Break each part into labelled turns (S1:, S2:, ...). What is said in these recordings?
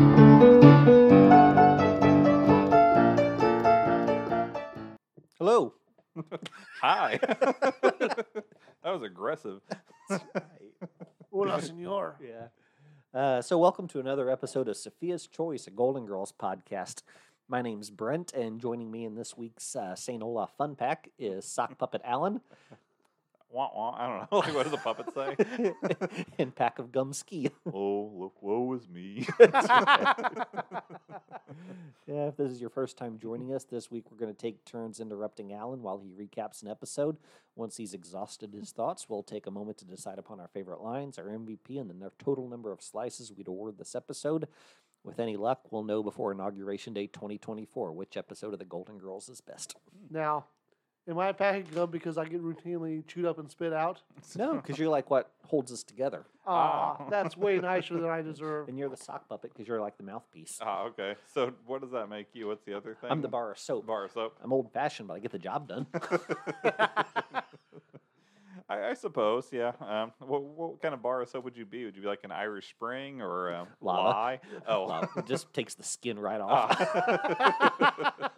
S1: Hello.
S2: Hi. that was aggressive.
S3: Hola, senor.
S1: Yeah. Uh, so, welcome to another episode of Sophia's Choice, a Golden Girls podcast. My name's Brent, and joining me in this week's uh, St. Olaf Fun Pack is Sock Puppet Alan
S2: Wah, wah. I don't know. Like, what does the puppet say?
S1: and Pack of Gum Ski.
S2: oh, look, woe is me.
S1: Yeah, if this is your first time joining us this week, we're going to take turns interrupting Alan while he recaps an episode. Once he's exhausted his thoughts, we'll take a moment to decide upon our favorite lines, our MVP, and the nu- total number of slices we'd award this episode. With any luck, we'll know before Inauguration Day 2024 which episode of The Golden Girls is best.
S3: Now, am I a pack of gum because I get routinely chewed up and spit out?
S1: No, because you're like what holds us together.
S3: Ah,
S2: Ah.
S3: that's way nicer than I deserve.
S1: And you're the sock puppet because you're like the mouthpiece.
S2: ah, okay. So, what does that make you? What's the other thing?
S1: I'm the bar of soap.
S2: uh, Bar of soap.
S1: I'm old fashioned, but I get the job done.
S2: I, I suppose, yeah. Um, what, what kind of bar of soap would you be? Would you be like an Irish Spring or um,
S1: Lava.
S2: Lye? Oh,
S1: Well, it just takes the skin right off.
S2: Ah.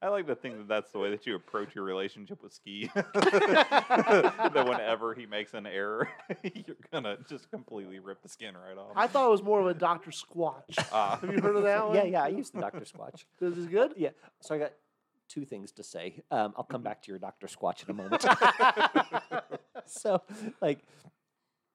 S2: I like to think that that's the way that you approach your relationship with Ski. that whenever he makes an error, you're gonna just completely rip the skin right off.
S3: I thought it was more of a Dr. Squatch.
S2: Ah.
S3: Have you heard of that one?
S1: yeah, yeah, I use the Dr. Squatch.
S3: This is good?
S1: Yeah. So I got two things to say. Um, I'll come back to your Dr. Squatch in a moment. so, like,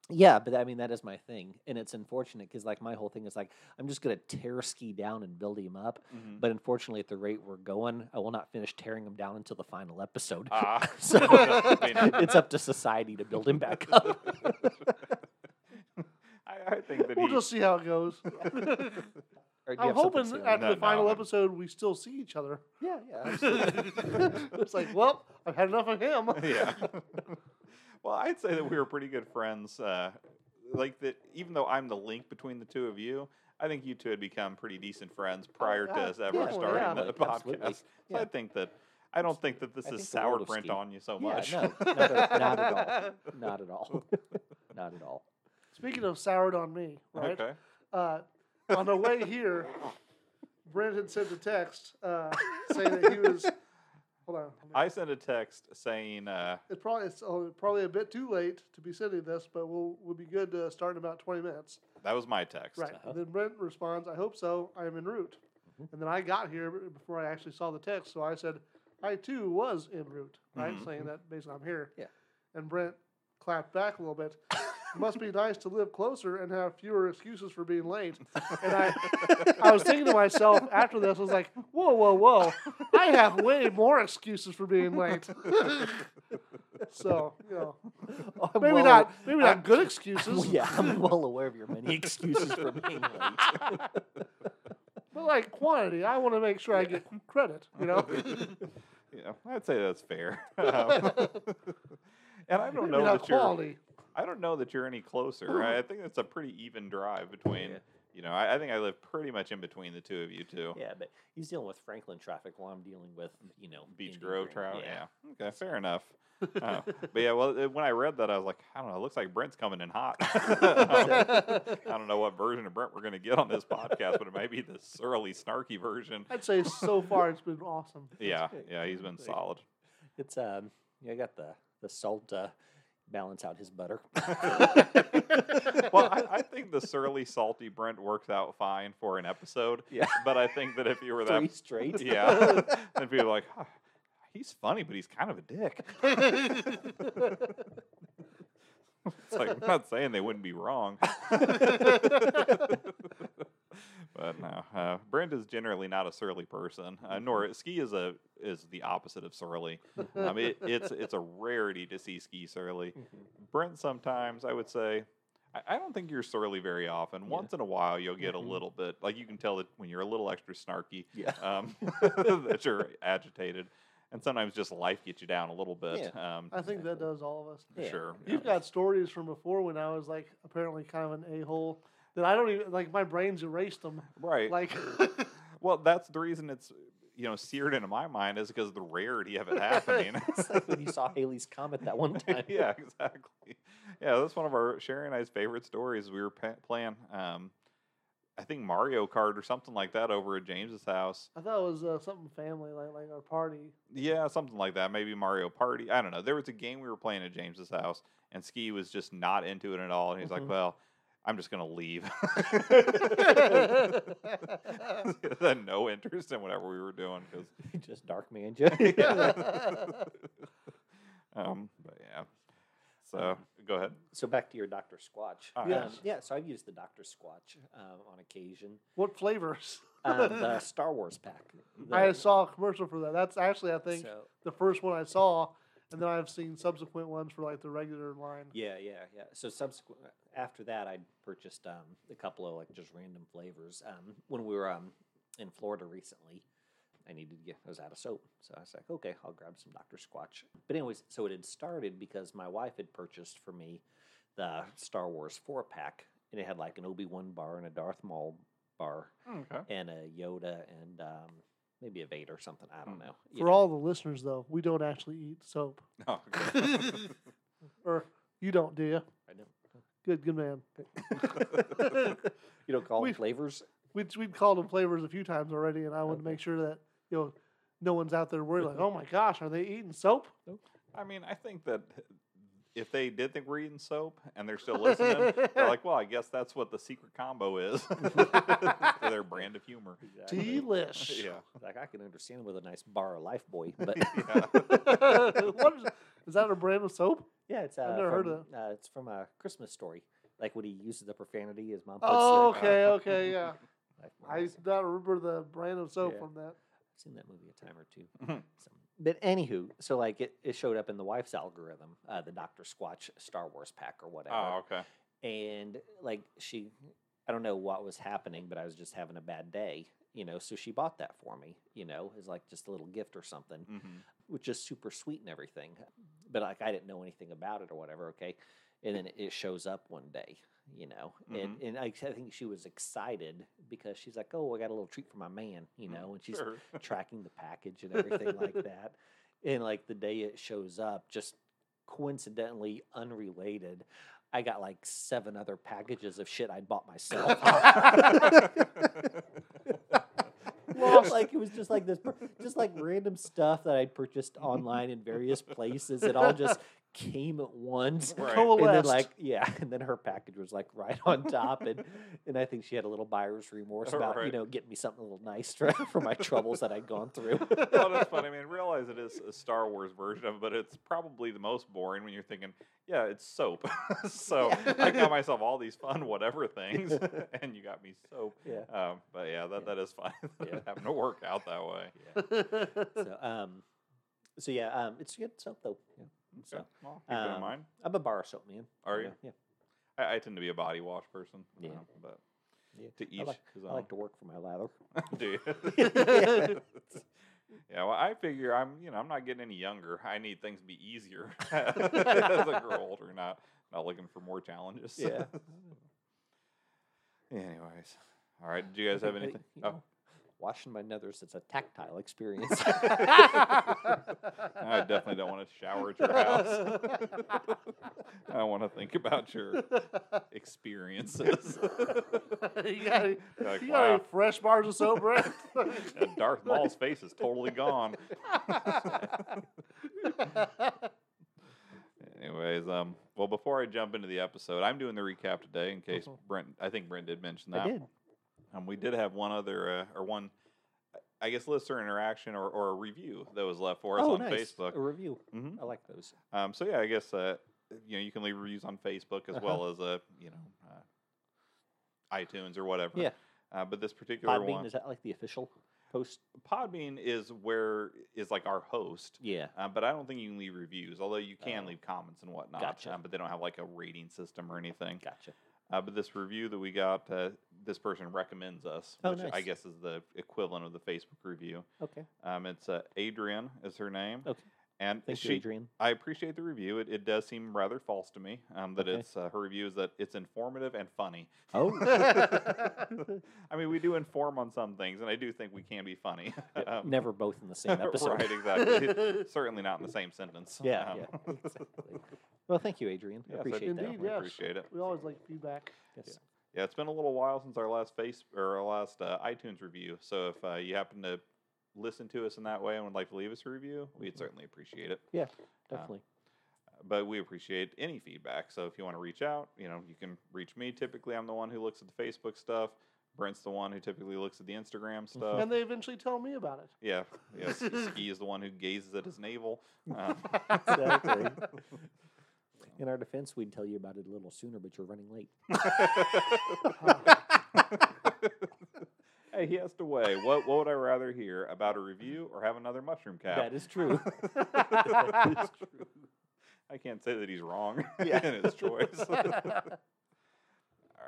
S1: yeah, but I mean, that is my thing. And it's unfortunate because, like, my whole thing is like, I'm just going to tear Ski down and build him up.
S2: Mhm.
S1: But unfortunately, at the rate we're going, I will not finish tearing him down until the final episode.
S2: Ah.
S1: so
S2: I mean,
S1: it's up to society to build him back up.
S2: I, I think that
S3: We'll
S2: he,
S3: just see how it goes.
S1: Or do you
S3: I'm
S1: have something
S3: hoping
S1: to say on
S3: after
S1: that?
S2: No,
S3: the
S2: no,
S3: final
S2: I'm-
S3: episode we still see each other.
S1: Yeah, yeah. absolutely.
S3: it's like, well, I've had enough of him.
S2: yeah. well, I'd say that we were pretty good friends. Uh, like that, even though I'm the link between the two of you, I think you two had become pretty decent friends prior to
S3: Oh, yeah,
S2: us ever
S3: definitely,
S2: starting
S3: yeah.
S2: the
S1: Absolutely, absolutely,
S2: podcast. So I
S1: yeah.
S2: think that I don't think that this
S1: I
S2: is
S1: think the world
S2: sour
S1: of
S2: print
S1: Steve.
S2: on you so
S1: Yeah,
S2: much.
S1: no, not at, not at all. Not at all. not at all.
S3: Speaking of soured on me, right?
S2: Okay.
S3: Uh, on the way here, Brent had sent a text uh, saying that he was. Hold on.
S2: I sent a text saying, uh,
S3: It's probably it's uh, probably a bit too late to be sending this, but we'll we'll be good to start in about twenty minutes.
S2: that was my text.
S3: Right. And then Brent responds, "I hope so. I am en route." And then I got here b- before I actually saw the text, so I said, "I too was en route." Right,
S2: Mhm.
S3: saying that basically I'm here.
S1: Yeah.
S3: And Brent clapped back a little bit. Must be nice to live closer and have fewer excuses for being late. And I, I was thinking to myself after this, I was like, "Whoa, whoa, whoa! I have way more excuses for being late." so you know,
S1: Oh, I'm
S3: maybe
S1: well
S3: not,
S1: awa-
S3: maybe not good
S1: I'm-
S3: excuses.
S1: yeah, I'm well aware of your many excuses for being late.
S3: But like quantity, I want to make sure I get credit. You know,
S2: Yeah, I'd say that's fair. Um, and I don't
S3: Maybe
S2: know
S3: not
S2: that you're.
S3: quality.
S2: I don't know that you're any closer. I I think it's a pretty even drive between.
S1: Yeah.
S2: You know, I, I think I live pretty much in between the two of you two.
S1: Yeah, but he's dealing with Franklin traffic while I'm dealing with, you know,
S2: Beach
S1: Indian
S2: Grove
S1: Grove.
S2: trout. Yeah. Okay. Fair enough. Uh, but yeah, well, it- when I read that, I was like, I don't know. It looks like Brent's coming in hot. I don't know what version of Brent we're going to get on this podcast, but it may be the surly, snarky version.
S3: I'd say so far it's been awesome.
S2: Yeah.
S1: great.
S2: Yeah. He's been
S1: Great.
S2: solid.
S1: It's um yeah, I got the the salt to balance out his butter.
S2: Well, I, I think the surly, salty Brent works out fine for an episode.
S1: Yeah.
S2: But I think that if you were
S1: Three
S2: that,
S1: straight.
S2: yeah, and people are like, "Huh, he's funny, but he's kind of a dick. It's like, I'm not saying they wouldn't be wrong. but no, uh, Brent is generally not a surly person, uh, nor Ski is a is the opposite of surly. I mean, it, it's it's a rarity to see Ski surly.
S1: Mm-hmm.
S2: Brent sometimes, I would say. I I don't think you're surly very often.
S1: Yeah.
S2: Once in a while, you'll get
S1: Mhm.
S2: a little bit like you can tell that when you're a little extra snarky,
S1: Yeah.
S2: um, that you're agitated, and sometimes just life gets you down a little bit. Um,
S3: I think that does all of us.
S1: Yeah.
S2: Sure. yeah.
S3: You've got stories from before when I was like apparently kind of an a hole that I don't even like. My brain's erased them.
S2: Right.
S3: Like,
S2: Well, that's the reason it's you know seared into my mind is because of the rarity of it happening.
S1: It's like when you saw Haley's comet that one time.
S2: yeah, exactly. Yeah, that's one of our Sherry and I's favorite stories. We were pa- playing. Um, I think Mario Kart or something like that over at James's house.
S3: I thought it was uh, something family, like like our party.
S2: Yeah, something like that. Maybe Mario Party. I don't know. There was a game we were playing at James's house, and Ski was just not into it at all. And he's
S1: Mhm.
S2: like, "Well, I'm just gonna leave." no interest in whatever we were doing because
S1: Just Dark Manja.
S2: um but yeah so go ahead
S1: so back to your Dr. Squatch.
S2: Ah,
S1: Um,
S3: yes.
S1: yeah, so I've used the Dr. Squatch um, on occasion.
S3: what flavors?
S1: Um, the Star Wars pack.
S3: I
S1: The-
S3: saw a commercial for that. That's actually, I think,
S1: so-
S3: the first one I saw, and then I've seen subsequent ones for like the regular line.
S1: Yeah, yeah, yeah. So subsequent after that, I purchased um, a couple of like just random flavors. Um, when we were um, in Florida recently, I needed to get I was out of soap, so I was like, okay, I'll grab some Dr. Squatch. But anyways, so it had started because my wife had purchased for me the Star Wars four pack, and it had like an Obi Wan bar and a Darth Maul bar
S2: okay
S1: and a Yoda and um, maybe a Vader or something. I don't
S2: Mm.
S1: know. you
S3: Hmm. For
S1: know.
S3: all the listeners, though, we don't actually eat soap,
S2: oh, okay.
S3: or you don't, do you?
S1: I don't.
S3: Good, good man.
S1: you don't call them
S3: We've-
S1: flavors.
S3: We'd we'd called them flavors a few times already, and I wanted to
S1: Okay.
S3: make sure that you know no one's out there worried like, oh my gosh, are they eating soap?
S2: i mean i think that if they did think we're eating soap and they're still listening they're like well i guess that's what the secret combo is to their brand of humor
S3: Delish.
S2: yeah
S1: Like I can understand with a nice bar of Lifebuoy, but
S2: yeah
S3: what is, is that a brand of soap?
S1: yeah, it's uh,
S3: I've never heard
S1: from,
S3: of
S1: Uh, it's from a Christmas story. Like when he uses the profanity, his mom. Puts
S3: Oh,
S1: the,
S3: okay, okay, yeah.
S1: Uh, Lifebuoy
S3: I
S1: on it.
S3: do not remember the brand of soap
S1: Yeah.
S3: from that.
S1: I've seen that movie a time or two.
S3: Mm-hmm.
S2: Mhm.
S1: So, but anywho, so like it, it showed up in the wife's algorithm, uh, the Doctor Squatch Star Wars pack or whatever.
S2: oh okay
S1: and like she i don't know what was happening but i was just having a bad day you know so she bought that for me you know as like just a little gift or something
S2: hmm
S1: which is super sweet and everything but like i didn't know anything about it or whatever okay and then it shows up one day you know and, and I, I think she was excited because she's like oh i got a little treat for my man you know and she's
S2: sure.
S1: tracking the package and everything like that. And like the day it shows up, just coincidentally unrelated, I got like seven other packages of shit I'd bought myself.
S3: Lost.
S1: like it was just like this, per- just like random stuff that I'd purchased online in various places. It all just came at once. And
S2: Right.
S1: then,
S3: Coalesced.
S1: like, yeah, and then her package was like right on top, and and I think she had a little buyer's remorse about you
S2: Right.
S1: know getting me something a little nice for, for my troubles that I'd gone through.
S2: well, that's funny. I mean, realize it is a Star Wars version of it, but it's probably the most boring when you're thinking, yeah, it's soap. so
S1: Yeah.
S2: I got myself all these fun whatever things, and you got me soap.
S1: Yeah.
S2: Um, but yeah, that,
S1: Yeah.
S2: that is fun.
S1: Yeah.
S2: Having to work out that way.
S1: so um so yeah um it's good soap though yeah. so
S2: Okay, well, keep that
S1: um,
S2: in mind.
S1: i'm a bar soap man
S2: Are
S1: Yeah,
S2: you?
S1: yeah
S2: I, I tend to be a body wash person.
S1: Yeah.
S2: um, but
S1: Yeah.
S2: to each
S1: like-
S2: his
S1: i
S2: own.
S1: like to work for my lather
S2: Do you?
S1: Yeah.
S2: Yeah, well, I figure I'm, you know, I'm not getting any younger. I need things to be easier as I grow older, not not looking for more challenges.
S1: Yeah.
S2: Anyways, all right. Did you guys have anything?
S1: You
S2: Oh,
S1: know, washing my nethers it's a tactile experience
S2: Oh, I definitely don't want to shower at your house. I want to think about your experiences.
S3: you got, any,
S2: Like,
S3: you got any
S2: wow.
S3: fresh bars of soap, Brett?
S2: And Darth Maul's face is totally gone. Anyways, um, well, before I jump into the episode, I'm doing the recap today in case
S3: Mhm.
S2: Brent. I think Brent did mention that.
S1: Mm-hmm. i did
S2: Um, we did have one other, uh, or one, I guess, listener interaction or, or a review that was left for us
S1: oh
S2: on
S1: nice a
S2: Facebook.
S1: review
S2: Mhm.
S1: i like those
S2: Um, so yeah, I guess uh, you know you can leave reviews on Facebook as
S1: Uh-huh.
S2: well as uh, you know uh, iTunes or whatever.
S1: Yeah.
S2: Uh, but this particular
S1: podbean
S2: one,
S1: is that like the official post
S2: Podbean is where is like our host.
S1: yeah
S2: Um, but I don't think you can leave reviews, although you can
S1: Oh.
S2: leave comments and whatnot.
S1: Gotcha.
S2: Um, but they don't have like a rating system or anything.
S1: gotcha
S2: Uh, but this review that we got, uh, this person recommends us,
S1: Oh,
S2: which I
S1: nice.
S2: guess is the equivalent of the Facebook review.
S1: okay
S2: Um, it's uh, Adrian is her name.
S1: Okay.
S2: And
S1: Oh, thank
S2: she,
S1: you adrian
S2: I appreciate the review. It, it does seem rather false to me um, that
S1: Okay.
S2: it's uh, her review is that it's informative and funny.
S1: oh
S2: I mean, we do inform on some things, and I do think we can be funny. Um,
S1: never both in the same episode
S2: right, exactly. Certainly not in the same sentence.
S1: yeah,
S2: Um,
S1: yeah exactly well thank you adrian
S2: yes, I
S1: appreciate that
S2: definitely
S3: yes.
S2: appreciate it.
S3: we always like feedback.
S1: Yes.
S2: Yeah, it's been a little while since our last face or our last uh, iTunes review. So if uh, you happen to listen to us in that way and would like to leave us a review,
S1: Mm-hmm.
S2: we'd certainly appreciate it.
S1: Definitely.
S2: But we appreciate any feedback. So if you want to reach out, you know, you can reach me. Typically, I'm the one who looks at the Facebook stuff. Brent's the one who typically looks at the Instagram stuff.
S3: and they eventually tell me about it.
S2: yeah, yeah. S- Ski is the one who gazes at his navel. Um,
S1: Exactly. In our defense, we'd tell you about it a little sooner, but you're running late.
S2: hey, he has to weigh. What what would I rather hear about a review or have another mushroom cap?
S1: That is true.
S2: That is true. I can't say that he's wrong
S1: Yeah.
S2: in his choice. All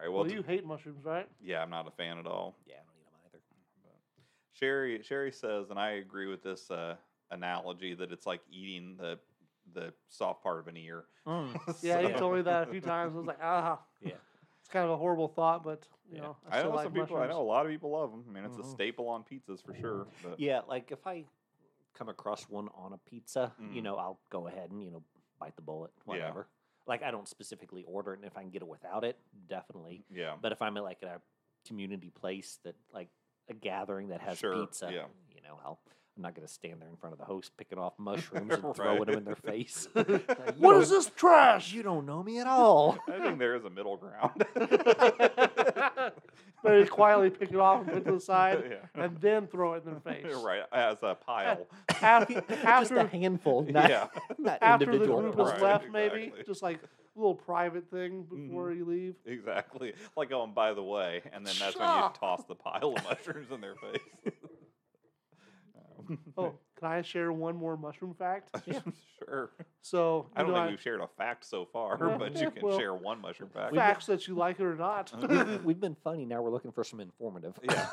S2: right, well,
S3: well,
S2: t-
S3: you hate mushrooms, right?
S2: yeah, I'm not a fan at all.
S1: yeah, I don't need them either.
S2: Sherry Sherry says, and I agree with this uh, analogy that it's like eating the the soft part of an ear.
S3: Yeah, you
S2: So-
S3: told me that a few times. I was like, ah.
S1: Yeah.
S3: It's kind of a horrible thought, but you
S1: Yeah.
S3: know, I,
S2: I
S3: still
S2: know
S3: like
S2: some people. I
S3: mushrooms. Mm-hmm.
S2: know a lot of people love them. I mean, it's a
S1: Mhm.
S2: staple on pizzas for sure. But
S1: Yeah, like if I come across one on a pizza, you
S2: Mhm.
S1: know, I'll go ahead and, you know, bite the bullet, whatever. Like I don't specifically order it, and if I can get it without it, definitely.
S2: yeah,
S1: But if I'm at like at a community place that like a gathering that has
S2: Sure,
S1: pizza,
S2: yeah.
S1: you know, I'll I'm not gonna stand there in front of the host picking off mushrooms and throwing them in their face.
S3: What is this trash?
S1: You don't know me at all.
S2: I think there is a middle ground.
S3: Very quietly pick it off and put it to the side,
S2: yeah.
S3: and then throw it in their face.
S2: right as a pile.
S3: Af-
S1: Just a
S3: After,
S1: handful, not,
S2: yeah,
S1: not
S3: after the
S1: individual.
S3: group
S2: is
S3: has
S2: Right,
S3: left, maybe
S2: exactly. Mm-hmm.
S3: just like a little private thing before you leave.
S2: exactly. Like oh, and by the way, and then that's when you
S3: Stop.
S2: toss the pile of mushrooms in their face. Um,
S3: Oh, can I share one more mushroom fact?
S2: sure.
S3: So
S2: I
S3: you
S2: don't
S3: know,
S2: think we've shared a fact so far,
S3: Yeah,
S2: but
S3: yeah,
S2: you can
S3: well,
S2: share one mushroom fact.
S1: we've-
S3: facts that you like it or not.
S1: We've, we've been funny. Now we're looking for some informative.
S2: yeah.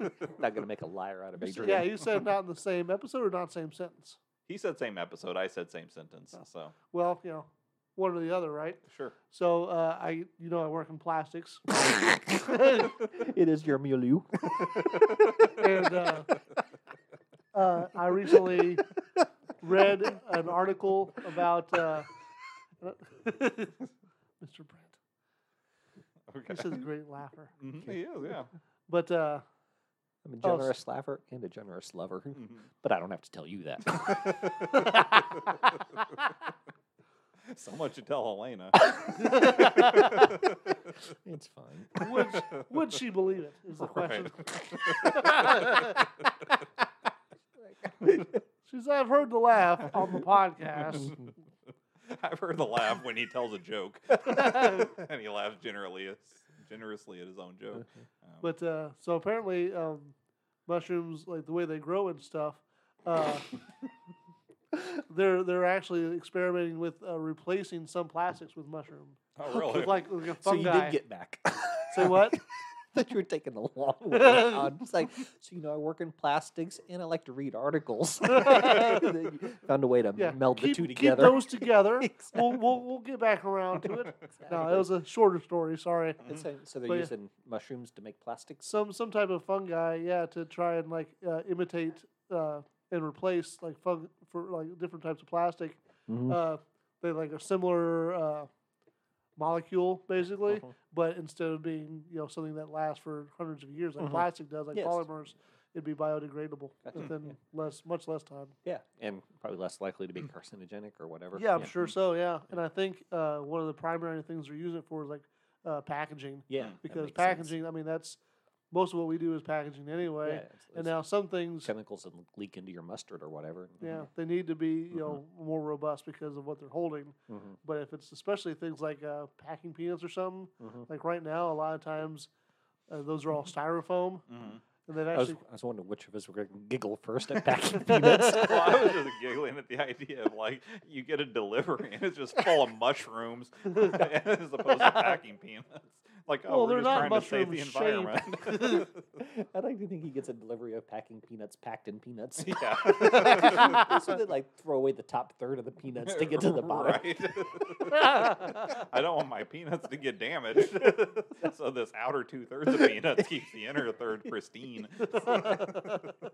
S1: Not gonna make a liar out of
S3: So,
S1: Adrian.
S3: yeah, you said not in the same episode or not same sentence.
S2: he said same episode. I said same sentence.
S3: Oh.
S2: So
S3: Well, you know, one or the other, right?
S2: sure.
S3: So uh, I, you know, I work in plastics,
S1: It is your milieu.
S3: and uh, uh, I recently read an article about uh, Mr. Brent.
S2: Okay.
S3: This is a great laugher,
S2: Mhm, He is. Yeah.
S3: but uh,
S1: I'm a
S3: Oh, s-
S1: generous laugher and a generous lover,
S2: Mhm.
S1: but I don't have to tell you that.
S2: Mm-hmm. Someone should tell Elena.
S1: it's fine.
S3: would would she believe it? Is the question.
S2: Right.
S3: She says, I've heard the laugh on the podcast.
S2: I've heard the laugh when he tells a joke, and he laughs generally, generously at his own joke. Um,
S3: But uh, so apparently, um, mushrooms, like the way they grow and stuff, uh, they're they're actually experimenting with uh, replacing some plastics with mushroom,
S2: oh, really?
S3: with like, like a
S1: So you
S3: fungi.
S1: did get back.
S3: Say what?
S1: that you were taking a long way. I'm just like, so you know, I work in plastics and I like to read articles. Then you Found a way to
S3: Yeah,
S1: meld the
S3: keep,
S1: two
S3: keep
S1: together.
S3: those together.
S1: Exactly.
S3: we'll, we'll we'll get back around to it. No,
S1: Exactly.
S3: it was a shorter story. Sorry.
S2: Mm-hmm.
S1: And so, so they're
S3: But yeah.
S1: using mushrooms to make plastics.
S3: some some type of fungi, yeah, to try and like uh, imitate uh, and replace like fung for like different types of plastic.
S1: Mhm.
S3: Uh, they like a similar uh, molecule basically,
S1: Mhm.
S3: but instead of being you know something that lasts for hundreds of years like
S1: Mhm.
S3: plastic does, like
S1: Yes.
S3: polymers, it'd be biodegradable
S1: Gotcha.
S3: within less much less time.
S1: Yeah, and probably less likely to be carcinogenic or whatever.
S3: Mm. Yeah, I'm sure so. Yeah, and I think uh, one of the primary things they're using it for is like uh, packaging
S1: Yeah, that
S3: because
S1: makes sense.
S3: packaging. I mean, that's most of what we do is packaging anyway.
S1: Yeah, it's-
S3: And
S1: it's
S3: now some things,
S1: chemicals that leak into your mustard or whatever.
S3: yeah, they need to be you
S1: Mhm.
S3: know more robust because of what they're holding.
S1: Mhm,
S3: But if it's especially things like uh, packing peanuts or something,
S1: mhm.
S3: like right now, a lot of times uh, those are all styrofoam,
S2: Mhm.
S3: and they've
S1: I was,
S3: actually
S1: I was wondering which of us were going to giggle first at packing peanuts.
S2: Well, I was just giggling at the idea of like you get a delivery and it's just full of mushrooms as opposed to packing peanuts. Like, oh,
S3: Well,
S2: we're
S3: they're
S2: just
S3: not
S2: trying to save the
S3: mushroom-shaped.
S2: environment.
S1: I'd like to think he gets a delivery of packing peanuts packed in peanuts.
S2: yeah.
S1: so they like throw away the top third of the peanuts to get to the bottom.
S2: Right. I don't want my peanuts to get damaged. so this outer two thirds of peanuts keeps the inner third pristine.
S3: but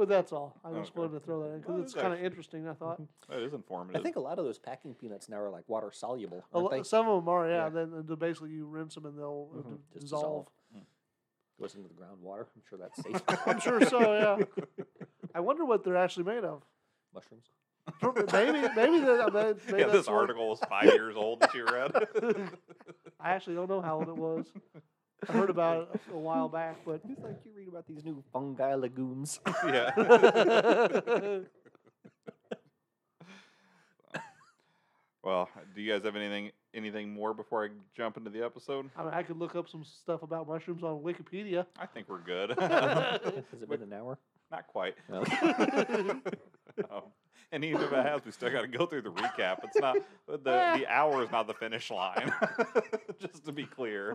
S3: But that's all. I just
S2: Okay.
S3: wanted to throw that in because
S2: Well,
S3: it's
S2: it's
S3: kind of
S2: actually-
S3: interesting. I thought
S2: That is informative.
S1: I think a lot of those packing peanuts now are like water soluble.
S3: a
S1: aren't
S3: lo-
S1: they?
S3: some of them are, yeah.
S1: Yeah.
S3: Then then basically you rinse them and they'll uh,
S1: Mhm.
S3: d-
S1: Just
S3: dissolve.
S1: dissolve.
S2: Hmm.
S1: Goes into the groundwater. I'm sure that's safe.
S3: I'm sure so. Yeah. I wonder what they're actually made of.
S1: Mushrooms.
S3: Maybe, maybe, the, maybe, maybe
S2: yeah,
S3: that's
S2: this
S3: what-
S2: article is five years old that you read.
S3: I actually don't know how old it was. I heard about it a a while back, but
S1: It's like you read about these new fungi legumes.
S2: yeah. well, do you guys have anything anything more before I jump into the episode?
S3: I mean, I could look up some stuff about mushrooms on Wikipedia.
S2: I think we're good.
S1: Has it been an hour?
S2: Not quite.
S1: No.
S2: um, and even if it has, we still got to go through the recap. It's not the the hour is not the finish line. Just to be clear,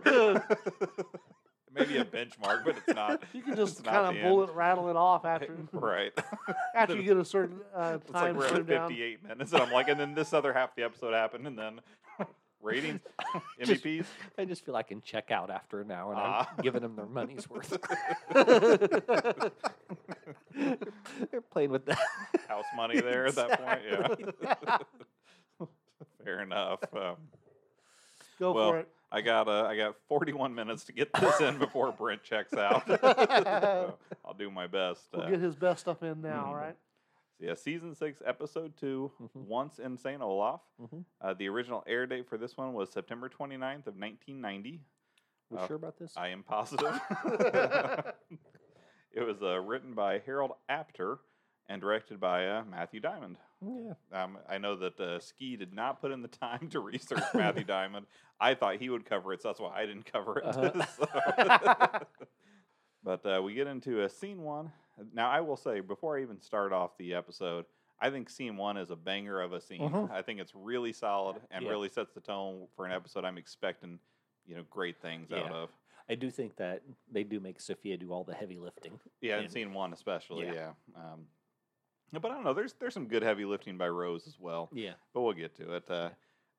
S2: maybe a benchmark, but it's not.
S3: You can just
S2: it's not
S3: kind
S2: the
S3: of
S2: end.
S3: bullet rattle it off after
S2: Right.
S3: after you get a certain uh,
S2: It's like
S3: time
S2: we're at
S3: turned down.
S2: 58 minutes, and I'm like, and then this other half of the episode happened, and then ratings,
S1: Just-
S2: MEPs.
S1: I just feel I can check out after an hour and
S2: Ah.
S1: I'm giving them their money's worth. They're playing with that.
S2: house money there at that point. Yeah. Fair enough. Um,
S3: Go
S2: well,
S3: for it.
S2: I got uh, I got 41 minutes to get this in before Brent checks out. so I'll do my best.
S3: We'll
S2: Uh,
S3: get his best stuff in now,
S2: mhm.
S3: right?
S2: yeah, season six, episode 2
S1: Mhm.
S2: Once in Saint Olaf.
S1: Mhm.
S2: Uh, the original air date for this one was September 29th of 1990.
S1: We
S2: Uh,
S1: sure about this?
S2: I am positive. it was uh, written by Harold Apter and directed by uh, Matthew Diamond.
S1: yeah.
S2: Um, I know that uh, Ski did not put in the time to research Matthew Diamond. I thought he would cover it, so that's why I didn't cover it.
S1: Uh-huh.
S2: So- but uh, we get into uh, scene one. Now, I will say, before I even start off the episode, I think scene one is a banger of a scene.
S1: Mhm.
S2: I think it's really solid and
S1: Yeah.
S2: really sets the tone for an episode I'm expecting, you know, great things out
S1: Yeah.
S2: of.
S1: I do think that they do make Sophia do all the heavy lifting.
S2: Yeah, in
S1: And-
S2: scene one especially, yeah.
S1: Yeah.
S2: Um, but I don't know. There's there's some good heavy lifting by Rose as well.
S1: Yeah.
S2: but we'll get to it. Uh,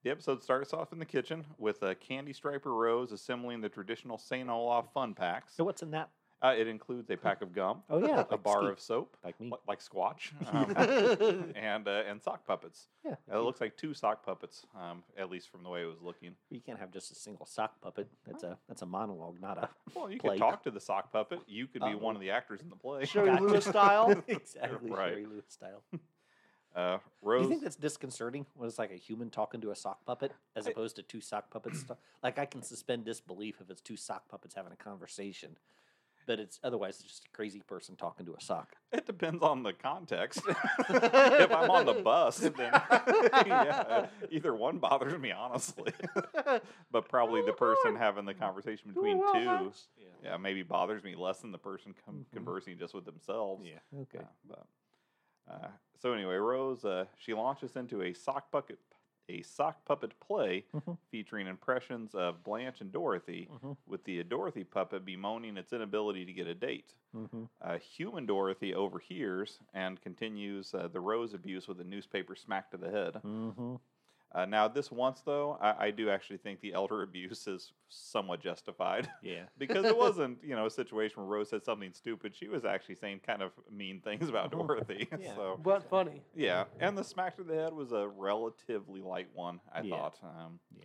S2: the episode starts off in the kitchen with uh, Candy Striper Rose assembling the traditional St. Olaf fun packs.
S1: So what's in that?
S2: Uh, it includes a pack of gum,
S1: Oh yeah,
S2: a
S1: like
S2: bar
S1: ski-
S2: of soap,
S1: like me.
S2: li- like Squatch, um, and uh, and sock puppets.
S1: Yeah.
S2: Uh, It looks like two sock puppets, um, at least from the way it was looking.
S1: You can't have just a single sock puppet. That's a that's a monologue, not a
S2: Well, you
S1: Play. Uh,
S2: could talk to the sock puppet. You could be
S1: Uh-oh.
S2: one of the actors in the play.
S3: Sherry
S1: Gotcha.
S3: Lewis style.
S1: exactly
S2: Right.
S1: Jerry Lewis style.
S2: Uh,
S1: Do
S2: Rose.
S1: you think that's disconcerting when it's like a human talking to a sock puppet as
S2: I-
S1: opposed to two sock puppets? ta- like I can suspend disbelief if it's two sock puppets having a conversation, but it's otherwise it's just a crazy person talking to a sock.
S2: It depends on the context. if I'm on the bus, then yeah, either one bothers me, honestly. but probably the person having the conversation between
S3: well,
S2: two,
S3: Max.
S2: yeah, Mm-hmm. maybe bothers me less than the person com-
S1: Mhm.
S2: conversing just with themselves.
S1: Okay.
S2: Uh, but, uh, so anyway, Rose uh, she launches into a sock bucket, a sock puppet play
S1: Mhm.
S2: featuring impressions of Blanche and Dorothy,
S1: Mhm.
S2: with the Dorothy puppet bemoaning its inability to get a date.
S1: Mm-hmm.
S2: Uh, human Dorothy overhears and continues uh, the Rose abuse with a newspaper smack to the head.
S1: Mm-hmm.
S2: Uh, now, this once, though, I, I do actually think the elder abuse is somewhat justified
S1: Yeah.
S2: because it wasn't, you know, a situation where Rose said something stupid. She was actually saying kind of mean things about
S1: Mhm.
S2: Dorothy.
S1: Yeah.
S2: So,
S3: But funny.
S2: yeah. And the smack to the head was a relatively light one, I
S1: Yeah.
S2: thought. Um,
S1: Yeah.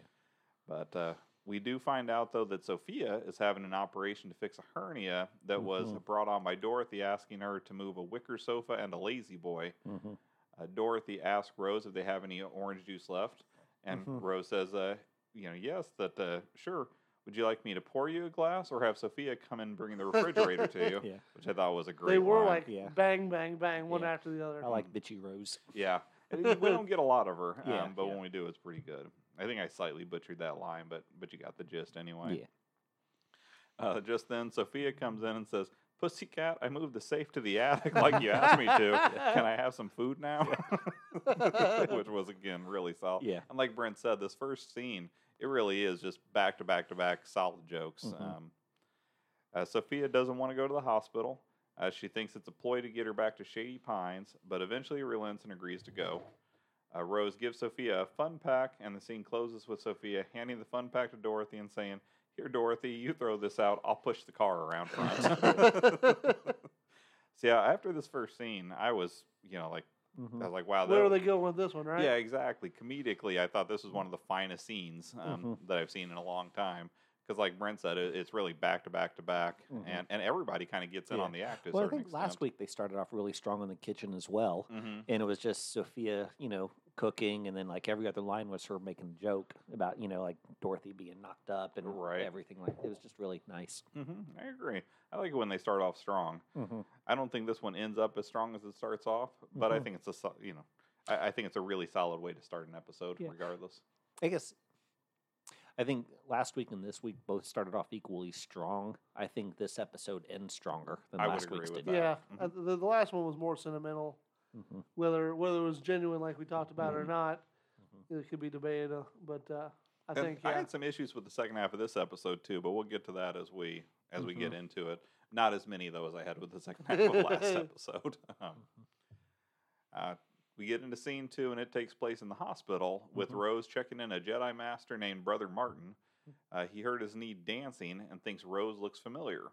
S2: But uh, we do find out, though, that Sophia is having an operation to fix a hernia that was
S1: Mhm.
S2: brought on by Dorothy asking her to move a wicker sofa and a lazy boy.
S1: Mm-hmm.
S2: Uh, Dorothy asks Rose if they have any orange juice left. And
S1: Mhm.
S2: Rose says, uh, you know, yes, that uh, sure. Would you like me to pour you a glass or have Sophia come and bring the refrigerator to you?
S1: Yeah.
S2: Which I thought was a great
S3: They were
S2: line.
S3: like
S1: Yeah.
S3: bang, bang, bang, one
S1: Yeah.
S3: after the other.
S1: I like bitchy Rose.
S2: Yeah. And we don't get a lot of her,
S1: Yeah,
S2: um, but
S1: yeah.
S2: when we do, it's pretty good. I think I slightly butchered that line, but but you got the gist anyway. Uh, just then, Sophia comes in and says, Pussycat, I moved the safe to the attic like you asked me to. Can I have some food now? Which was, again, really solid.
S1: Yeah.
S2: And like Brent said, this first scene, it really is just back to back to back solid jokes.
S1: Mhm.
S2: Um, uh, Sophia doesn't want to go to the hospital. Uh, she thinks it's a ploy to get her back to Shady Pines, but eventually relents and agrees to go. Uh, Rose gives Sophia a fun pack, and the scene closes with Sophia handing the fun pack to Dorothy and saying, Here, Dorothy, you throw this out. I'll push the car around front. So yeah, uh, after this first scene, I was, you know, like I
S1: Mhm.
S2: was like, wow,
S3: Where
S2: that-
S3: are they going with this one, right?
S2: Yeah, exactly. Comedically, I thought this was one of the finest scenes um,
S1: Mm-hmm.
S2: that I've seen in a long time. Because, like Brent said, it, it's really back to back to back,
S1: Mhm.
S2: and, and everybody kind of gets in
S1: Yeah.
S2: on the act. To a
S1: Well, I
S2: certain
S1: think last week they started off really strong in the kitchen as well,
S2: hmm
S1: and it was just Sophia, you know, cooking, and then like every other line was her making a joke about you know like Dorothy being knocked up and
S2: Right.
S1: everything. Like it was just really nice.
S2: hmm I agree. I like it when they start off strong.
S1: Mm-hmm.
S2: I don't think this one ends up as strong as it starts off, but I
S1: Mhm.
S2: think it's a so- you know, I, I think it's a really solid way to start an episode,
S1: Yeah.
S2: regardless.
S1: I guess I think last week and this week both started off equally strong. I think this episode ends stronger than
S2: I would
S1: last
S2: agree
S1: week's
S2: with
S1: did.
S2: that.
S3: Yeah.
S2: Mhm.
S3: uh, The, the last one was more sentimental.
S2: Mm-hmm.
S1: Mhm.
S3: Whether whether it was genuine, like we talked about, or
S2: Mhm.
S3: not, it could be debated. uh, But uh, I
S2: And
S3: think yeah.
S2: I had some issues with the second half of this episode too, but we'll get to that as we as we get
S1: Mm-hmm.
S2: into it. Not as many though as I had with the second half of last episode. Um, uh, we get into scene two, and it takes place in the hospital with
S1: Mhm.
S2: Rose checking in a Jedi master named Brother Martin. Uh, he heard his knee dancing and thinks Rose looks familiar.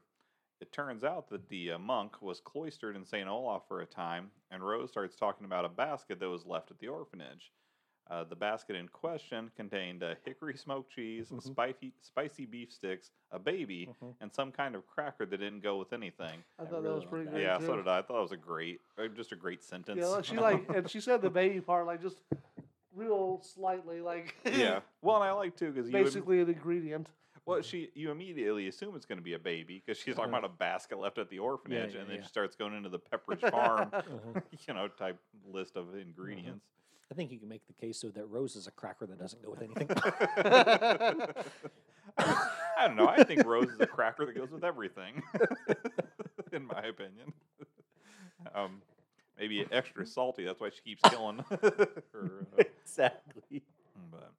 S2: It turns out that the uh, monk was cloistered in St. Olaf for a time, and Rose starts talking about a basket that was left at the orphanage. Uh, the basket in question contained uh, hickory smoked cheese,
S1: Mhm.
S2: spicy, spicy beef sticks, a baby,
S1: Mhm.
S2: and some kind of cracker that didn't go with anything.
S3: I
S1: I
S3: thought that
S1: really
S3: was
S1: like
S3: pretty
S1: that.
S3: good.
S2: yeah,
S3: too.
S2: so did I. I thought it was a great, uh, just a great sentence.
S3: Yeah, like, she like and she said the baby part like just real slightly like
S2: yeah. Well, and I like too because you im-
S3: basically an ingredient.
S2: well, she you immediately assume it's going to be a baby because she's talking
S1: Uh-huh.
S2: about a basket left at the orphanage,
S1: yeah,
S2: and then
S1: yeah.
S2: she starts going into the Pepperidge Farm,
S1: Mhm.
S2: you know, type list of
S1: Mm-hmm.
S2: ingredients.
S1: I think you can make the case though that Rose is a cracker that doesn't go with anything.
S2: I don't know. I think Rose is a cracker that goes with everything, in my opinion. Um, maybe extra salty. That's why she keeps killing her. Uh,
S1: exactly.
S2: but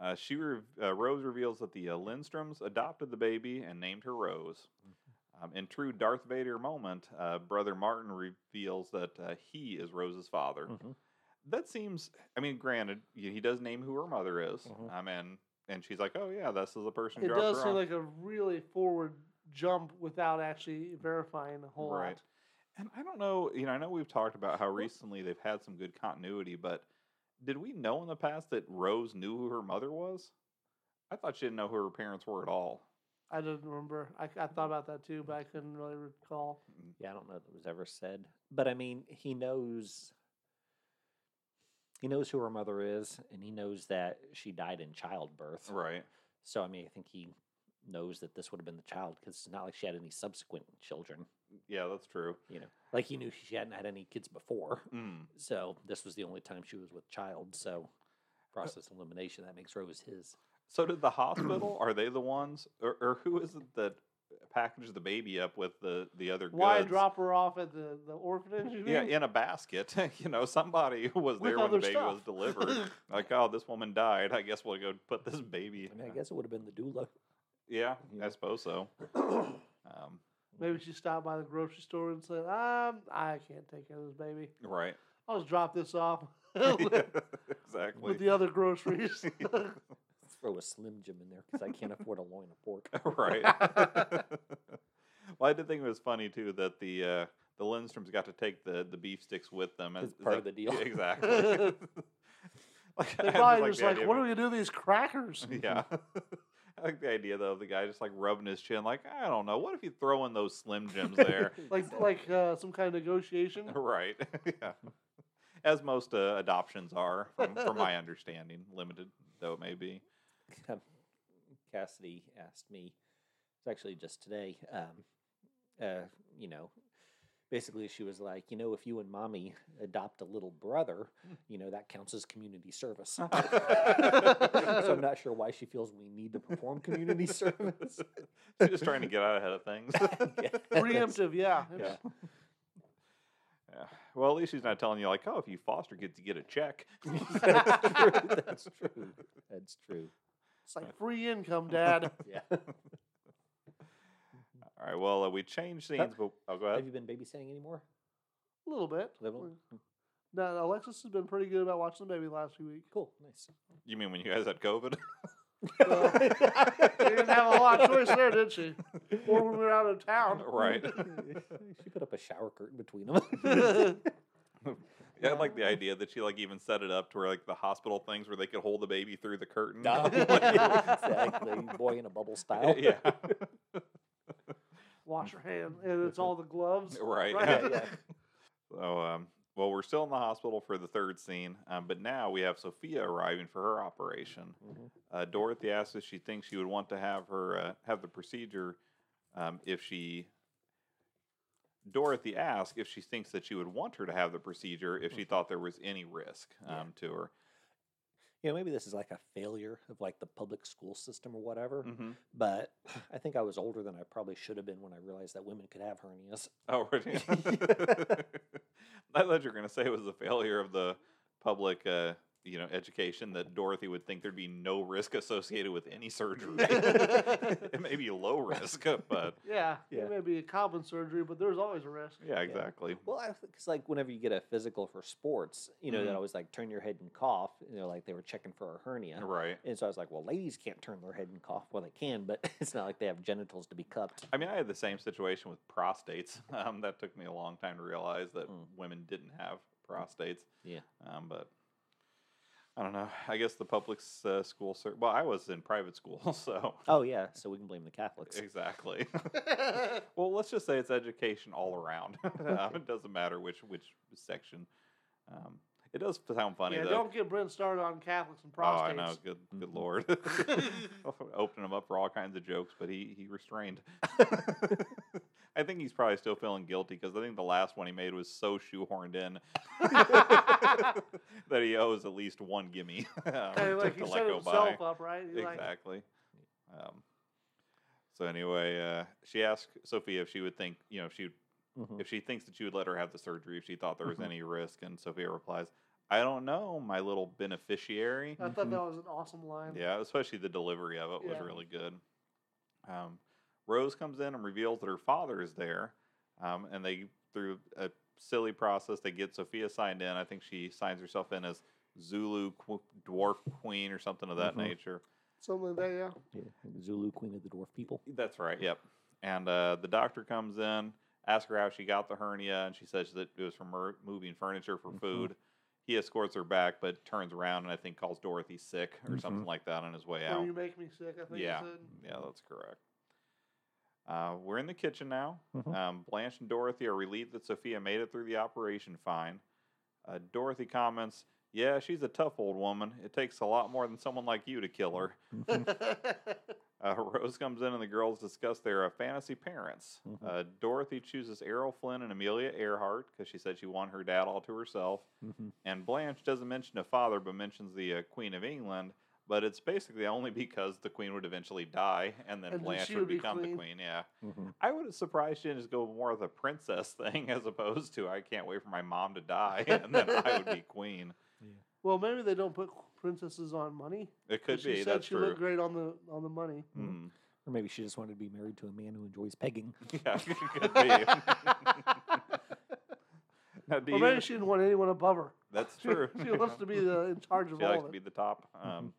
S2: uh, she re- uh, Rose reveals that the uh, Lindstroms adopted the baby and named her Rose.
S3: Mm-hmm.
S2: Um, in true Darth Vader moment, uh, Brother Martin reveals that uh, he is Rose's father.
S3: Hmm.
S1: Mhm.
S2: That seems. I mean, granted, y- he does name who her mother is.
S1: Mhm.
S2: Um, and and she's like, "Oh yeah, this is the person." who
S3: Mm-hmm. It
S2: dropped
S3: does
S2: her
S3: seem
S2: off."
S3: like a really forward jump without actually verifying a whole
S2: Right.
S3: lot.
S2: And I don't know, you know, I know we've talked about how recently they've had some good continuity, but did we know in the past that Rose knew who her mother was? I thought she didn't know who her parents were at all.
S3: I didn't remember. I, I thought about that too, but I couldn't really recall.
S1: Yeah, I don't know if it was ever said, but I mean, he knows. He knows who her mother is, and he knows that she died in childbirth.
S2: Right.
S1: So I mean, I think he knows that this would have been the child because it's not like she had any subsequent children.
S2: Yeah, that's true.
S1: You know, like he knew she hadn't had any kids before,
S2: Mm.
S1: so this was the only time she was with child. So process elimination that makes Rose his.
S2: So did the hospital? are they the ones, or, or who is it that packaged the baby up with the the other
S3: Why
S2: goods?
S3: drop her off at the, the orphanage? you
S2: Yeah,
S3: mean?
S2: in a basket. you know, somebody was
S3: With
S2: there when the
S3: other
S2: baby
S3: stuff.
S2: was delivered. like, oh, this woman died. I guess we'll go put this baby.
S1: I mean, I guess it would have been the doula.
S2: Yeah,
S1: Yeah.
S2: I suppose so. um,
S3: Maybe she stopped by the grocery store and said, um, I can't take care of this baby.
S2: right.
S3: I'll just drop this off
S2: Yeah,
S3: with
S2: exactly.
S3: the other groceries.
S1: Throw a Slim Jim in there because I can't afford a loin of pork.
S2: right. well, I did think it was funny too that the uh, the Lindstroms got to take the, the beef sticks with them. and
S1: It's part of the deal.
S2: Exactly.
S3: They're
S2: like, I
S3: They're
S2: just
S3: probably
S2: like
S3: just
S2: the
S3: like,
S2: idea
S3: what
S2: of
S3: are we going to do with these crackers?
S2: it- Yeah. I like the idea though of the guy just like rubbing his chin, like I don't know. What if you throw in those Slim Jims there?
S3: Like, like uh, some kind of negotiation?
S2: right. yeah. As most uh, adoptions are, from, from my understanding, limited though it may be.
S1: Um, Cassidy asked me, it's actually just today, um, uh, you know, basically she was like, you know, if you and mommy adopt a little brother, you know, that counts as community service. so I'm not sure why she feels we need to perform community service.
S2: She's just trying to get out ahead of things.
S3: Preemptive, yeah.
S1: Yeah.
S2: Yeah. Well, at least she's not telling you like, oh, if you foster kids, you get a check.
S1: That's true. That's true. That's true.
S3: It's like free income, Dad.
S1: Yeah.
S2: All right. Well, uh, we changed scenes, but oh, go
S1: Have
S2: ahead.
S1: you been babysitting anymore?
S3: A little bit.
S1: Little?
S2: Hmm.
S3: No, Alexis has been pretty good about watching the baby last few weeks.
S1: Cool. Nice.
S2: You mean when you guys had COVID?
S3: So, she didn't have a lot of choice there, did she? Or when we were out of town.
S2: right.
S1: she put up a shower curtain between them.
S2: Yeah, I like the idea that she like even set it up to where like the hospital things where they could hold the baby through the curtain.
S1: exactly. Boy in a bubble style.
S2: yeah.
S3: Wash your hand, and it's all the gloves.
S2: Right.
S1: Yeah,
S3: Right.
S1: yeah.
S2: So, um, well, we're still in the hospital for the third scene, um, but now we have Sophia arriving for her operation.
S1: Mhm.
S2: Uh, Dorothy asks if she thinks she would want to have her uh, have the procedure um, if she. Dorothy asks if she thinks that she would want her to have the procedure if she thought there was any risk
S1: Mm-hmm. Yeah.
S2: um, to her.
S1: You know, maybe this is like a failure of like the public school system or whatever.
S2: Mhm.
S1: But I think I was older than I probably should have been when I realized that women could have hernias.
S2: Oh, right. I thought you were going to say it was a failure of the public, uh, you know, education that Dorothy would think there'd be no risk associated with any surgery. it may be low risk, uh, but
S3: Yeah,
S1: Yeah.
S3: it may be a common surgery, but there's always a risk.
S2: yeah, exactly.
S1: Well, because like whenever you get a physical for sports, you know, that
S2: Mhm.
S1: always like turn your head and cough. You know, like they were checking for a hernia.
S2: Right.
S1: And so I was like, well, ladies can't turn their head and cough. Well, they can, but it's not like they have genitals to be cupped.
S2: I mean, I had the same situation with prostates. Um, that took me a long time to realize that
S1: Mm.
S2: women didn't have prostates.
S1: Yeah.
S2: Um, but I don't know. I guess the public s- uh, school. Ser- well, I was in private school, so
S1: Oh yeah, so we can blame the Catholics.
S2: exactly. well, let's just say it's education all around. um, it doesn't matter which which section. Um, it does sound funny
S3: yeah,
S2: though.
S3: don't Mm-hmm. get Brent started on Catholics and
S2: oh,
S3: prostates.
S2: I know. Good, good
S1: Mhm.
S2: lord. Opening him up for all kinds of jokes, but he he restrained. I think he's probably still feeling guilty because I think the last one he made was so shoehorned in that he owes at least one gimme um,
S3: Kinda
S2: to,
S3: like
S2: to
S3: he
S2: let
S3: set
S2: go by.
S3: himself up, right? He's like,
S2: Exactly. Um, so anyway, uh, she asked Sophia if she would think, you know, if she would
S1: Mhm.
S2: if she thinks that you would let her have the surgery if she thought there was
S1: Mhm.
S2: any risk. And Sophia replies, I don't know, my little beneficiary.
S3: I thought that was an awesome line.
S2: Mm-hmm. Yeah, especially the delivery of it was
S3: Oh, Yeah.
S2: really good. Um, Rose comes in and reveals that her father is there. Um, and they, through a silly process, they get Sophia signed in. I think she signs herself in as Zulu qu- Dwarf Queen or something of that
S1: Mhm.
S2: nature.
S3: Something like that, yeah.
S1: Yeah, Zulu queen of the dwarf people.
S2: That's right. Yep. And uh, the doctor comes in, asks her how she got the hernia, and she says that it was from her moving furniture for
S1: Mhm.
S2: food. He escorts her back, but turns around and I think calls Dorothy sick or something like that on his way
S3: Or
S2: out.
S3: you make me sick, I think
S2: Yeah,
S3: you said.
S2: yeah, that's correct. Uh, we're in the kitchen now.
S1: Mhm.
S2: Um, Blanche and Dorothy are relieved that Sophia made it through the operation fine. Uh, Dorothy comments, "Yeah, she's a tough old woman. It takes a lot more than someone like you to kill her."
S1: Mm-hmm.
S2: Uh, Rose comes in and the girls discuss their uh, fantasy parents.
S1: Mhm.
S2: Uh, Dorothy chooses Errol Flynn and Amelia Earhart because she said she wanted her dad all to herself.
S1: Mhm.
S2: And Blanche doesn't mention a father, but mentions the uh, Queen of England. But it's basically only because the Queen would eventually die, and then
S3: And then
S2: Blanche
S3: she
S2: would
S3: would be
S2: become the
S3: queen.
S2: Queen. Yeah,
S1: Mhm.
S2: I would have surprised you and just go more with a princess thing as opposed to I can't wait for my mom to die, and then I would be Queen.
S3: Well, maybe they don't put princesses on money.
S2: It
S3: 'cause
S2: could
S3: she
S2: be.
S3: said
S2: That's
S3: she
S2: true.
S3: looked great on the on the money.
S2: Mm.
S1: Or maybe she just wanted to be married to a man who enjoys pegging.
S2: Yeah, it could be. now, do
S3: Or
S2: you-
S3: maybe she didn't want anyone above her.
S2: That's
S3: She-
S2: true.
S3: she wants to be the, in charge of
S2: She likes
S3: all
S2: to
S3: of
S2: be
S3: it.
S2: the top.
S1: Mm-hmm.
S2: Um,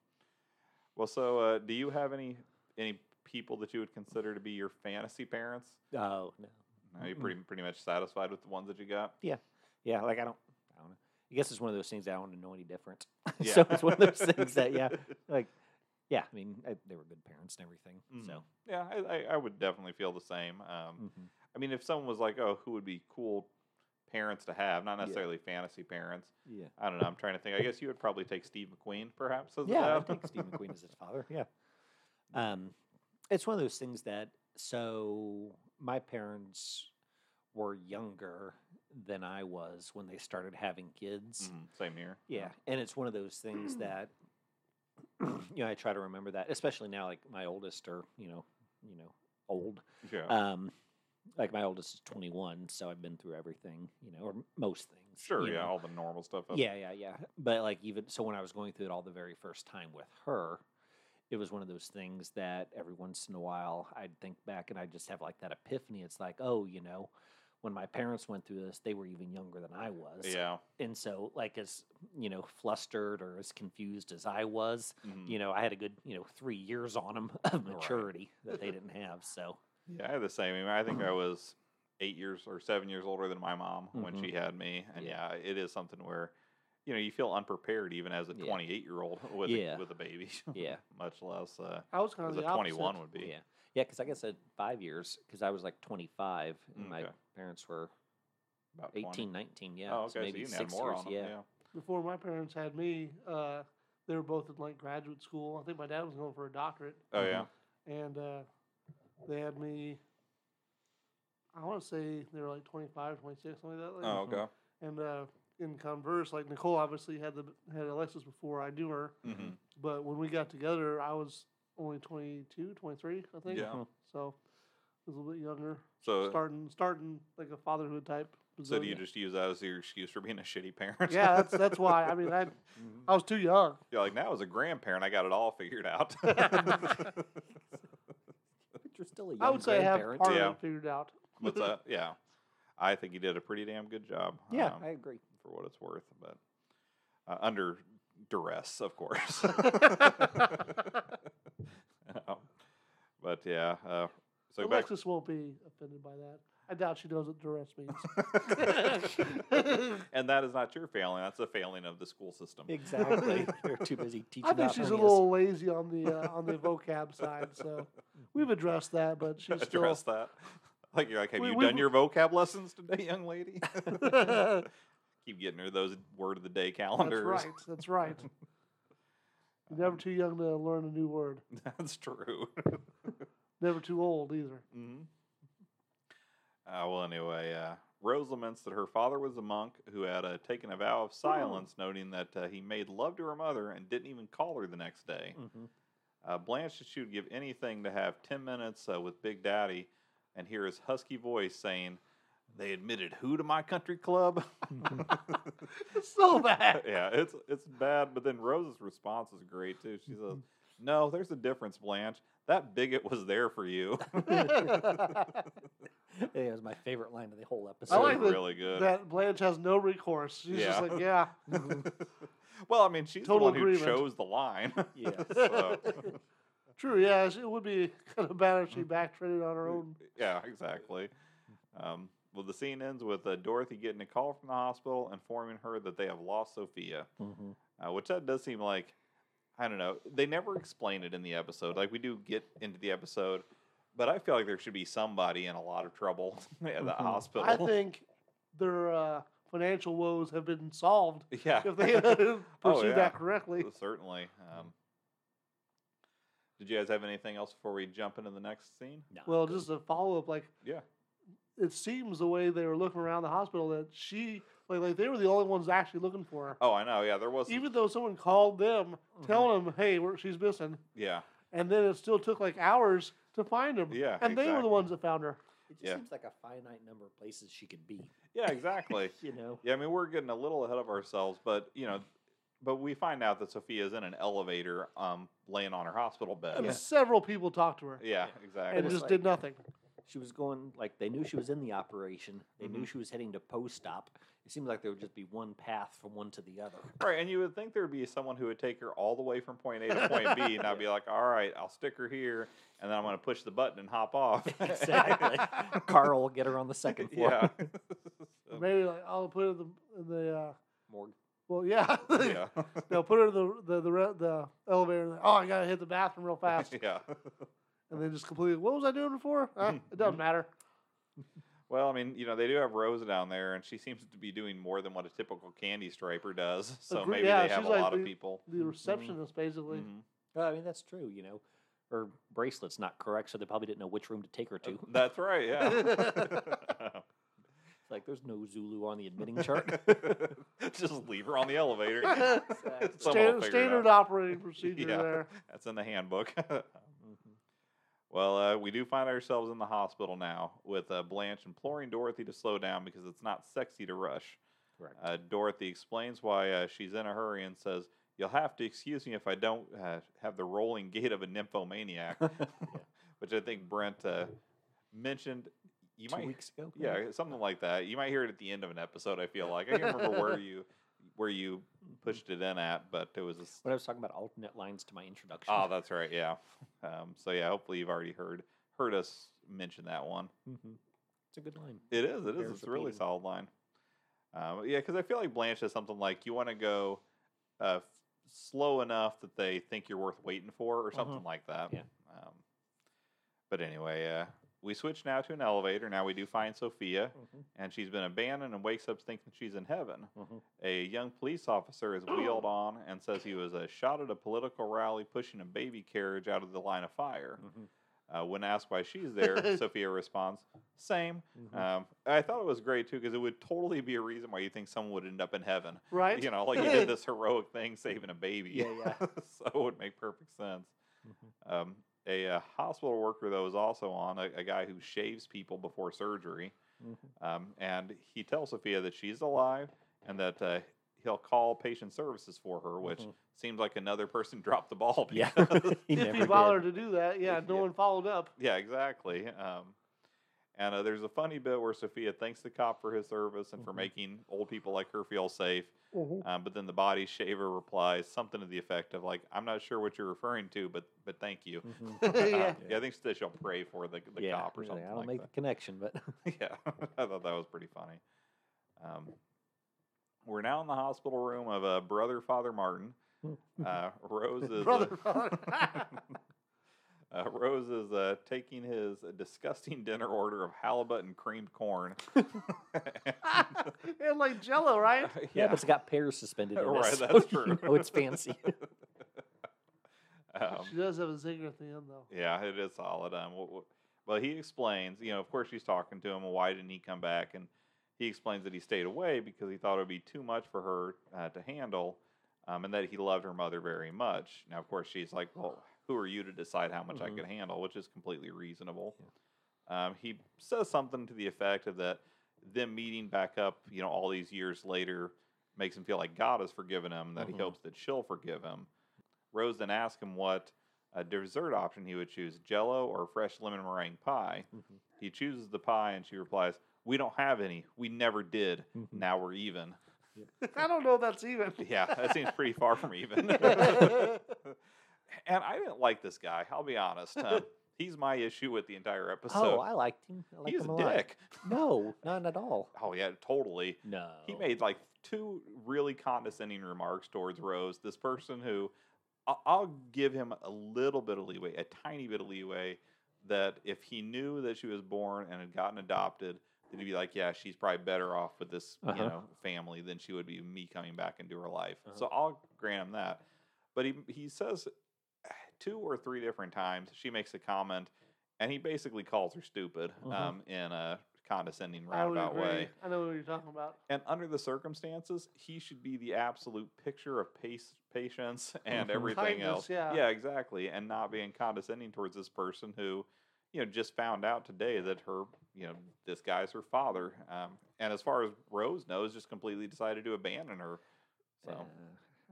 S2: well, so uh, do you have any any people that you would consider to be your fantasy parents?
S1: Oh no.
S2: Are you
S1: Mm-mm.
S2: pretty pretty much satisfied with the ones that you got?
S1: Yeah, like I don't. I don't know. I guess it's one of those things that I don't know any different.
S2: Yeah.
S1: so it's one of those things that yeah, like yeah. I mean, I, they were good parents and everything.
S2: Mhm.
S1: So
S2: Yeah, I, I, I would definitely feel the same. Um,
S1: mhm.
S2: I mean, if someone was like, "Oh, who would be cool parents to have?" Not
S1: Yeah.
S2: necessarily fantasy parents.
S1: yeah,
S2: I don't know. I'm trying to think. I guess you would probably take Steve McQueen, perhaps. As uh, a
S1: yeah. I
S2: dad.
S1: think Steve McQueen is his father. Yeah. Um, it's one of those things that so my parents were younger than I was when they started having kids.
S2: Mhm, same here.
S1: Mm-hmm. Yeah, and it's one of those things that you know I try to remember that, especially now. Like my oldest, are you know, you know, old.
S2: Yeah.
S1: Um, like my oldest is twenty one, so I've been through everything, you know, or m- most things.
S2: sure.
S1: you
S2: Yeah.
S1: know.
S2: All the normal stuff. of-
S1: Yeah, yeah, yeah. But like even so, when I was going through it all the very first time with her, it was one of those things that every once in a while I'd think back and I'd just have like that epiphany. It's like, oh, you know, when my parents went through this, they were even younger than I was.
S2: Yeah.
S1: And so, like, as, you know, flustered or as confused as I was,
S2: mhm.
S1: you know, I had a good, you know, three years on them of maturity that they didn't have. So,
S2: Yeah, I had the same. I, mean, I think I was eight years or seven years older than my mom when
S1: Mhm.
S2: she had me, and
S1: Yeah.
S2: yeah. it is something where you know you feel unprepared even as a
S1: Yeah.
S2: 28 year old with
S1: Yeah.
S2: a, with a baby,
S1: yeah.
S2: much less uh,
S3: I was kind
S2: as
S3: of
S2: a
S3: the
S2: 21
S3: opposite.
S2: would be.
S1: Yeah. Yeah. Cause I guess at five years, cause I was like 25 and my
S2: Okay.
S1: parents were
S2: About 20.
S1: 18, 19. Yeah.
S2: oh,
S1: so
S2: okay, so
S1: maybe
S2: you can add
S1: six
S2: more
S1: years.
S2: on them.
S1: yeah.
S2: yeah. Oh,
S3: Before my parents had me, uh, they were both in like graduate school. I think my dad was going for a doctorate,
S2: Oh
S1: Mhm.
S2: yeah.
S3: and uh, they had me. I want to say they were like 25, 26, something like that. Like,
S2: Oh okay.
S3: And uh, in converse, like Nicole obviously had the had Alexis before I knew her,
S2: Mm-hmm.
S3: but when we got together, I was only 22, 23, I think.
S2: Yeah.
S3: So I was a little bit younger,
S2: So
S3: starting starting like a fatherhood type.
S2: Uh, so do you
S3: position.
S2: just use that as your excuse for being a shitty parent?
S3: yeah, that's that's why. I mean, I
S1: Mm-hmm.
S3: I was too young.
S2: You're like now as a grandparent, I got it all figured out.
S1: But you're still a young
S3: I would say I have
S1: grandparent.
S3: part
S2: Yeah.
S3: of it figured out.
S2: What's that? uh, Yeah, I think you did a pretty damn good job.
S1: Yeah.
S2: um,
S1: I agree.
S2: for what it's worth, but uh, under duress, of course. Um, but yeah, uh, so back.
S3: Alexis won't be offended by that. I doubt she knows what duress means.
S2: and that is not your failing. That's a failing of the school system.
S1: Exactly. You're too busy teaching.
S3: I think
S1: out
S3: she's a
S1: Phineas.
S3: little lazy on the uh, on the vocab side, so we've addressed that. But she's still
S2: Address that. Like you're like, have
S3: We-
S2: you
S3: we-
S2: done your vocab lessons today, young lady?
S3: that's
S2: Keep getting her those word of the day calendars.
S3: right. That's right. You're never too young to learn a new word.
S2: That's true.
S3: Never too old either.
S2: hmm Uh, well, anyway, uh, Rose laments that her father was a monk who had uh, taken a vow
S3: Hmm.
S2: of silence, noting that uh, he made love to her mother and didn't even call her the next day.
S1: Mhm.
S2: Uh, Blanche said she would give anything to have 10 minutes uh, with Big Daddy and hear his husky voice saying, They admitted who to my country club?
S3: It's so bad.
S2: yeah, it's it's bad. But then Rose's response is great, too. She says, No, there's a difference, Blanche. That bigot was there for you.
S1: Yeah, it was my favorite line of the whole episode.
S3: I like that-
S2: really good.
S3: that Blanche has no recourse. She's just
S2: Yeah.
S3: like, yeah,
S1: Mm-hmm.
S2: well, I mean, she's
S3: Total
S2: the one
S3: agreement.
S2: who chose the line.
S1: Yes.
S2: so,
S3: true. Yeah, it would be kind of bad
S2: Mm.
S3: if she backtracked on her own.
S2: yeah, exactly. Um, well, the scene ends with uh, Dorothy getting a call from the hospital informing her that they have lost Sophia,
S1: Mhm.
S2: uh, which that does seem like, I don't know, they never explain it in the episode. Like, we do get into the episode, but I feel like there should be somebody in a lot of trouble at the
S1: Mhm.
S2: hospital.
S3: Mm-hmm. I think their uh, financial woes have been solved
S2: yeah.
S3: if they pursued
S2: Oh, yeah.
S3: that correctly.
S2: Certainly. Um, did you guys have anything else before we jump into the next scene?
S1: Nah,
S3: Well,
S1: good.
S3: just a follow up, like
S2: Yeah.
S3: it seems the way they were looking around the hospital that she, like, like they were the only ones actually looking for her.
S2: Oh, I Mm-hmm. know. Yeah, there was.
S3: Even though someone called them, telling them, "Hey, we're, she's missing,"
S2: yeah.
S3: and then it still took like hours to find them.
S2: Yeah,
S3: and they were the
S2: exactly.
S3: ones that found her.
S1: it just
S2: yeah.
S1: seems like a finite number of places she could be.
S2: Yeah, exactly.
S1: You know.
S2: yeah, I mean, we're getting a little ahead of ourselves, but you know, but we find out that Sophia's in an elevator, um, laying on her hospital bed.
S3: And
S2: Yeah,
S3: several people talked to her
S2: exactly.
S3: and
S1: was
S3: just
S1: like-
S3: did nothing.
S1: She was going like they knew she was in the operation. They knew she was heading to post op. It seems like there would just be one path from one to the other.
S2: right, and you would think there would be someone who would take her all the way from point A to point B, and I'd be like, all right, I'll stick her here, and then I'm going to push the button and hop off.
S1: exactly. Carl will get her on the second floor.
S2: yeah.
S3: Maybe like I'll put her in the, in the uh,
S1: Morgue.
S3: well, yeah,
S2: yeah.
S3: they'll put her in the the the, re- the elevator. And, oh, I gotta hit the bathroom real fast,
S2: yeah.
S3: and then just completely. What was I doing before? Uh, it doesn't matter.
S2: Well, I mean, you know, they do have Rosa down there, and she seems to be doing more than what a typical candy striper does. So
S3: Agree-
S2: maybe
S3: yeah,
S2: they have
S3: she's
S2: a
S3: like
S2: lot of
S3: the-
S2: people.
S3: The receptionist basically.
S2: Mhm.
S1: Well, I mean that's true. You know, her bracelet's not correct, so they probably didn't know which room to take her to.
S2: Uh, That's right. Yeah.
S1: It's like there's no Zulu on the admitting chart.
S2: Just leave her on the elevator. Someone Mm-hmm. will
S3: Standard,
S2: figure it out.
S3: standard operating procedure
S2: Yeah.
S3: there.
S2: That's in the handbook.
S1: mm-hmm.
S2: well, uh, we do find ourselves in the hospital now with uh, Blanche imploring Dorothy to slow down because it's not sexy to rush.
S1: Correct.
S2: Uh, Dorothy explains why uh, she's in a hurry and says, You'll have to excuse me if I don't uh, have the rolling gait of a nymphomaniac, which I think Brent uh, mentioned you
S1: two
S2: might
S1: weeks ago.
S2: yeah something like that. You might hear it at the end of an episode. I feel like I can't remember where you where you pushed it in at, but it was. a s-
S1: When I was talking about alternate lines to my introduction.
S2: Oh, that's right. Yeah. Um, so yeah, hopefully you've already heard heard us mention that one.
S1: Mhm. It's a good line.
S2: It is. It is.
S1: Bears
S2: It's a really
S1: repeating.
S2: solid line. Um, yeah, because I feel like Blanche is something like you want to go uh, f- slow enough that they think you're worth waiting for, or
S1: Mhm.
S2: something like that.
S1: Yeah.
S2: Um, but anyway, uh, we switch now to an elevator. Now we do find Sophia,
S1: Mhm.
S2: and she's been abandoned and wakes up thinking she's in heaven.
S1: Mhm.
S2: A young police officer is wheeled on and says he was uh, shot at a political rally pushing a baby carriage out of the line of fire.
S1: Mhm.
S2: Uh, when asked why she's there, Sophia responds, "Same."
S1: Mhm.
S2: Um, I thought it was great too because it would totally be a reason why you think someone would end up in heaven.
S3: Right?
S2: You know, like he did this heroic thing saving a baby.
S1: Yeah, yeah.
S2: so it would make perfect sense.
S1: Mhm.
S2: Um, a uh, hospital worker though is also on a, a guy who shaves people before surgery,
S1: Mhm.
S2: um, and he tells Sophia that she's alive and that uh, he'll call patient services for her, which
S1: Mhm.
S2: seems like another person dropped the ball.
S1: Yeah.
S2: because-
S1: he
S3: if
S1: never
S3: you
S1: did.
S3: bothered to do that, yeah,
S2: If
S3: no
S2: you-
S3: one followed up.
S2: Yeah, exactly. Um, and uh, there's a funny bit where Sophia thanks the cop for his service and for
S1: Mhm.
S2: making old people like her feel safe.
S1: Mm-hmm.
S2: Um, but then the body shaver replies something to the effect of like, "I'm not sure what you're referring to, but but thank you."
S1: Mhm.
S3: yeah.
S2: Um, I think she said she'll pray for the, the
S1: Yeah,
S2: cop or
S1: really,
S2: something
S1: I don't
S2: like
S1: make
S2: that.
S1: the connection, but
S2: yeah, I thought that was pretty funny. Um, we're now in the hospital room of uh, brother Father Martin. Uh, Rose is
S3: Brother,
S2: uh,
S3: brother.
S2: Uh, Rose is uh, taking his disgusting dinner order of halibut and creamed corn. Um,
S3: and like Jello, right?
S1: yeah, but it's got pears suspended in
S2: Right,
S1: it. so
S2: that's
S1: you
S2: true.
S1: know it's fancy.
S2: um,
S3: she does have a zinger at the end, though.
S2: yeah, it is solid. Um, wh- wh- but he explains, you know, of course she's talking to him. Why didn't he come back? And he explains that he stayed away because he thought it would be too much for her uh, to handle, um, and that he loved her mother very much. Now, of course, she's like, "Well, who are you to decide how much
S1: Mhm.
S2: I could handle?" Which is completely reasonable. Um, he says something to the effect of that them meeting back up, you know, all these years later makes him feel like God has forgiven him, that
S1: Mhm.
S2: he hopes that she'll forgive him. Rose then asks him what uh, dessert option he would choose jello or fresh lemon meringue pie.
S1: Mhm.
S2: He chooses the pie and she replies, We don't have any. We never did.
S1: Mhm.
S2: Now we're even.
S3: I don't know if that's even.
S2: Yeah, that seems pretty far from even. and I didn't like this guy, I'll be honest. Um, he's my issue with the entire
S1: oh,
S2: episode.
S1: I liked him. I liked
S2: he's
S1: him
S2: a
S1: a lot.
S2: dick.
S1: No, not at all.
S2: Oh yeah, totally.
S1: No.
S2: He made like two really condescending remarks towards Rose, this person who I- I'll give him a little bit of leeway, a tiny bit of leeway, that if he knew that she was born and had gotten adopted, that he'd be like, yeah, she's probably better off with this, you
S1: Uh-huh.
S2: know, family than she would be with me coming back into her life.
S1: Uh-huh.
S2: So I'll grant him that. But he he says eh, two or three different times she makes a comment, and he basically calls her stupid
S1: Mhm.
S2: um, in a condescending
S3: Uh-huh. I would
S2: roundabout
S3: agree.
S2: way.
S3: I know what you're talking about.
S2: And under the circumstances, he should be the absolute picture of pace, patience and
S1: Mhm.
S2: everything
S3: Mm-hmm. Kindness,
S2: else.
S3: yeah.
S2: exactly. And not being condescending towards this person who, you know, just found out today that her, you know, this guy's her father. Um, and as far as Rose knows, just completely decided to abandon her. So
S1: Uh,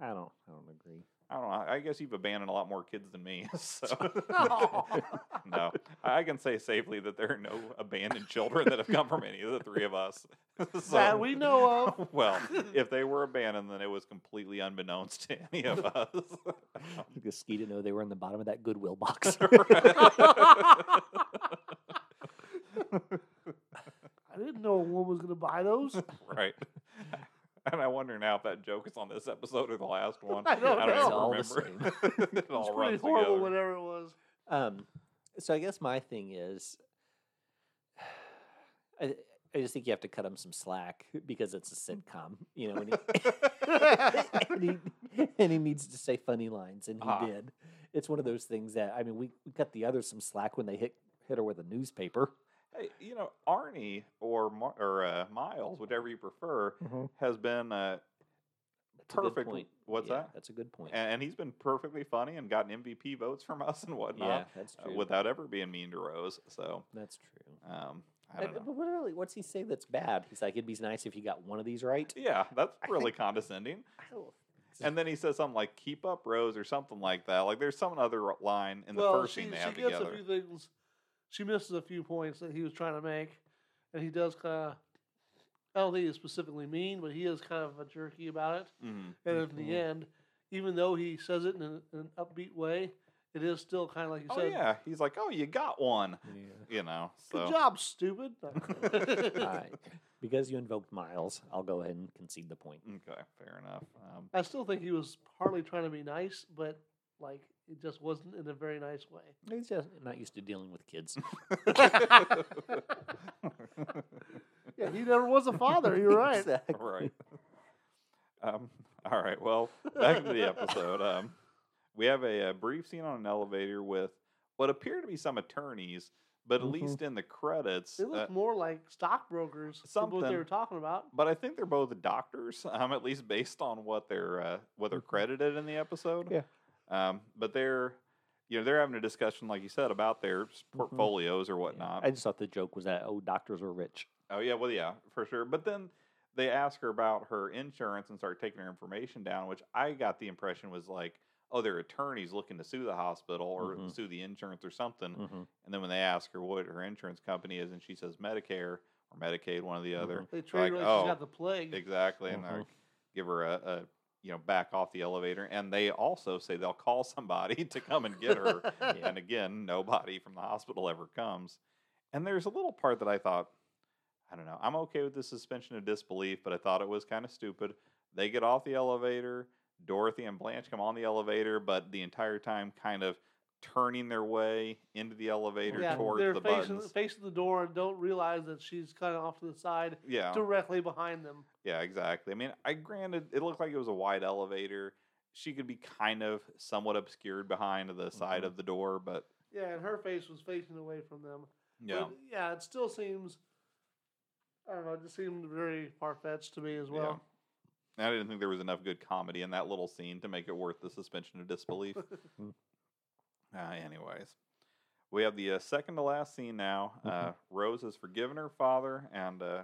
S1: I don't. I don't agree.
S2: I don't know. I guess you've abandoned a lot more kids than me. So
S3: No.
S2: no, I can say safely that there are no abandoned children that have come from any of the three of us. so,
S3: that we know of.
S2: well, if they were abandoned, then it was completely unbeknownst to any of us.
S1: The ski didn't know they were in the bottom of that Goodwill box.
S3: I didn't know a woman was going to buy those.
S2: right. And I wonder now if that joke is on this episode or the last one.
S3: I don't know.
S2: even
S3: It's
S1: all the
S2: remember. it all
S3: It's pretty
S2: runs
S3: horrible,
S2: together.
S3: whatever it was.
S1: um, so I guess my thing is, I, I just think you have to cut him some slack because it's a sitcom, you know. And he, and he, and he needs to say funny lines, and he
S2: Ah.
S1: did. It's one of those things that I mean, we, we cut the others some slack when they hit hit her with a newspaper.
S2: Hey, you know, Arnie or Mar- or uh, Miles, whichever you prefer,
S1: Mhm.
S2: has been uh,
S1: That's a good
S2: perfect.
S1: point.
S2: What's
S1: Yeah,
S2: that?
S1: That's a good point.
S2: And, and he's been perfectly funny and gotten MVP votes from us and whatnot
S1: yeah, that's
S2: uh,
S1: true.
S2: without ever being mean to Rose. So,
S1: that's true.
S2: um, I
S1: Uh,
S2: don't know.
S1: But what really, what's he say that's bad? He's like, it'd be nice if you got one of these right.
S2: Yeah, that's
S1: I
S2: really
S1: think-
S2: condescending.
S1: I don't-
S2: And then he says something like "keep up, Rose" or something like that. Like there's some other r- line in the
S3: well,
S2: first
S3: she,
S2: scene they
S3: she
S2: have
S3: gets
S2: together.
S3: a few things. She misses a few points that he was trying to make. and he does kind of. I don't think he's specifically mean, but he is kind of a jerky about it.
S2: Mhm.
S3: And in
S1: Mhm.
S3: the end, even though he says it in an, in an upbeat way, it is still kind of like you
S2: Oh
S3: said,
S2: yeah, he's like, oh, you got one.
S1: Yeah.
S2: You know,
S3: "Good
S2: so
S3: job, stupid."
S1: Alright. Because you invoked Miles, I'll go ahead and concede the point.
S2: okay, fair enough. Um,
S3: I still think he was partly trying to be nice, but like it just wasn't in a very nice way.
S1: He's just not used to dealing with kids.
S3: Yeah, he never was a father. You're right.
S1: Exactly.
S2: right. Um, all right. Well, back to the episode. Um, we have a, a brief scene on an elevator with what appear to be some attorneys, but at
S1: Mhm.
S2: least in the credits,
S3: Mm-hmm. They
S2: uh,
S3: looked more like stockbrokers than what
S2: something.
S3: they were talking about.
S2: but I think they're both doctors. Um, at least based on what they're uh, what they're
S1: Mhm.
S2: credited in the episode.
S1: Yeah.
S2: Um, but they're you know they're having a discussion, like you said, about their s- portfolios or whatnot.
S1: I just thought the joke was that oh doctors are rich.
S2: Oh yeah, well yeah, for sure. But then they ask her about her insurance and start taking her information down, which I got the impression was like, oh, their attorney's looking to sue the hospital or
S1: Mhm.
S2: sue the insurance or something.
S1: Mm-hmm.
S2: And then when they ask her what her insurance company is, and she says Medicare or Medicaid, one or the other.
S3: They treated her like
S2: oh,
S3: she's got the plague.
S2: Exactly, and
S1: Mhm.
S2: they give her a. a you know, back off the elevator, and they also say they'll call somebody to come and get her.
S1: Yeah.
S2: And again, nobody from the hospital ever comes. And there's a little part that I thought, I don't know, I'm okay with the suspension of disbelief, but I thought it was kind of stupid. They get off the elevator. Dorothy and Blanche come on the elevator, but the entire time kind of turning their way into the elevator
S3: yeah,
S2: towards
S3: they're
S2: the
S3: facing,
S2: buttons.
S3: facing the door and don't realize that she's kind of off to the side,
S2: yeah.
S3: directly behind them.
S2: Yeah, exactly. I mean, I granted it looked like it was a wide elevator. She could be kind of somewhat obscured behind the side
S1: Mhm.
S2: of the door, but
S3: Yeah, and her face was facing away from them.
S2: yeah.
S3: But, yeah, it still seems. I don't know. It just seemed very far fetched to me as
S2: Yeah.
S3: well.
S2: And I didn't think there was enough good comedy in that little scene to make it worth the suspension of disbelief.
S1: Mm.
S2: uh, anyways, we have the uh, second to last scene now.
S1: Mhm.
S2: Uh, Rose has forgiven her father, and uh,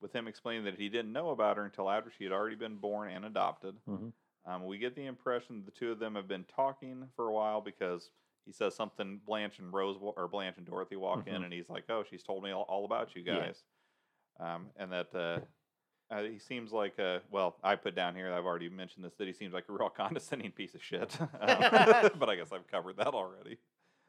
S2: with him explaining that he didn't know about her until after she had already been born and adopted.
S1: Mhm.
S2: Um, we get the impression the two of them have been talking for a while because he says something. Blanche and Rose wa- or Blanche and Dorothy walk in,
S1: Mhm.
S2: and he's like, "Oh, she's told me all, all about you
S1: Yeah.
S2: guys." um, and that uh, uh, he seems like uh, well, I put down here. I've already mentioned this that he seems like a real condescending piece of shit. um, but I guess I've covered that already.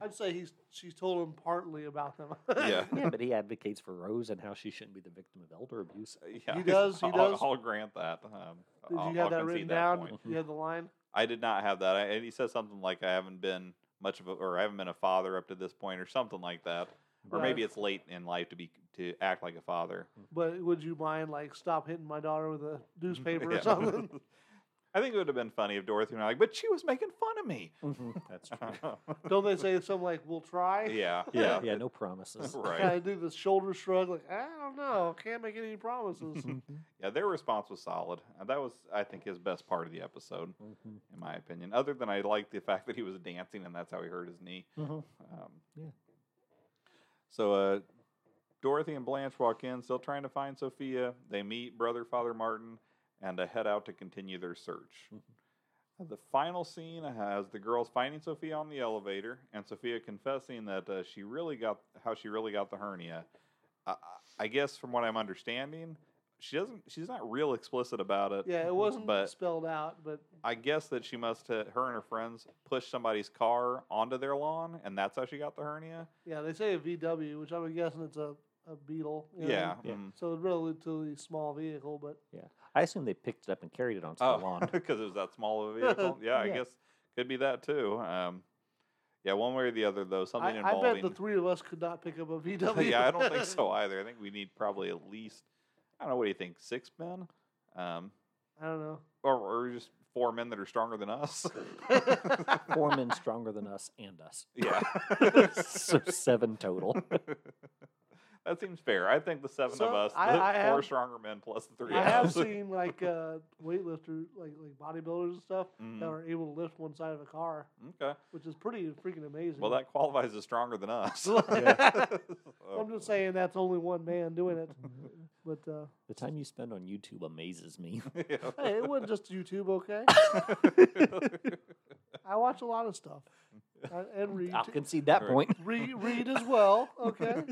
S3: I'd say he's she's told him partly about them.
S2: Yeah,
S1: yeah, but he advocates for Rose and how she shouldn't be the victim of elder abuse.
S2: Uh, yeah.
S3: He does, he
S2: I'll,
S3: does.
S2: I'll grant that. Um,
S3: Did
S2: I'll,
S3: you have
S2: I'll
S3: that
S2: concede
S3: written
S2: that
S3: down?
S2: point.
S3: you had the line.
S2: I did not have that. I, and he says something like, "I haven't been much of a, or I haven't been a father up to this point," or something like that. Or
S3: Yeah.
S2: maybe it's late in life to be to act like a father.
S3: But would you mind like stop hitting my daughter with a newspaper
S2: Yeah.
S3: or something?
S2: I think it would have been funny if Dorothy and I like, but she was making fun of me.
S1: That's true.
S3: Don't they say something like "We'll try"?
S2: yeah,
S1: yeah,
S2: yeah,
S1: yeah, no promises.
S2: right.
S3: Kind of do the shoulder shrug, like I don't know, can't make any promises.
S2: Yeah, their response was solid. Uh, That was, I think, his best part of the episode,
S1: Mhm.
S2: in my opinion. Other than I liked the fact that he was dancing and that's how he hurt his knee.
S1: Mhm.
S2: Um,
S1: Yeah.
S2: So uh, Dorothy and Blanche walk in, still trying to find Sophia. They meet brother Father Martin and uh, head out to continue their search.
S1: Mhm.
S2: Uh, The final scene has the girls finding Sophia on the elevator and Sophia confessing that uh, she really got how she really got the hernia. I, I- I guess from what I'm understanding, she doesn't. She's not real explicit about it.
S3: yeah, it wasn't
S2: But
S3: spelled out, but
S2: I guess that she must have, her and her friends pushed somebody's car onto their lawn, and that's how she got the hernia.
S3: yeah, they say a VW, which I'm guessing it's a, a Beetle. you know?
S2: Yeah.
S1: Yeah.
S2: mm.
S3: So a relatively small vehicle, but
S1: I assume they picked it up and carried it onto the
S2: Oh,
S1: lawn.
S2: because it was that small of a vehicle. Yeah,
S1: Yeah.
S2: I guess could be that too. Um, yeah, one way or the other, though, something
S3: I, I
S2: involving.
S3: bet the three of us could not pick up a VW.
S2: yeah, I don't think so either. I think we need probably at least, I don't know, what do you think, six men, um,
S3: I don't know.
S2: or, or just four men that are stronger than us.
S1: Four men stronger than us and us.
S2: yeah,
S1: So seven total.
S2: that seems fair. I think the seven of
S3: So,
S2: us,
S3: I-
S2: the
S3: I
S2: four
S3: have-
S2: stronger men plus the three
S3: I
S2: of
S3: have
S2: us.
S3: seen like uh, weightlifter, like like bodybuilders and stuff that
S2: Mhm.
S3: are able to lift one side of a car,
S2: Okay,
S3: which is pretty freaking amazing.
S2: well that qualifies as stronger than us. oh.
S3: I'm just saying that's only one man doing it, but uh,
S1: The time you spend on YouTube amazes me.
S2: Yeah.
S3: hey, it wasn't just YouTube. Okay, I watch a lot of stuff I, and read.
S1: I'll concede that
S2: Right.
S1: point.
S3: Read, read as well, okay?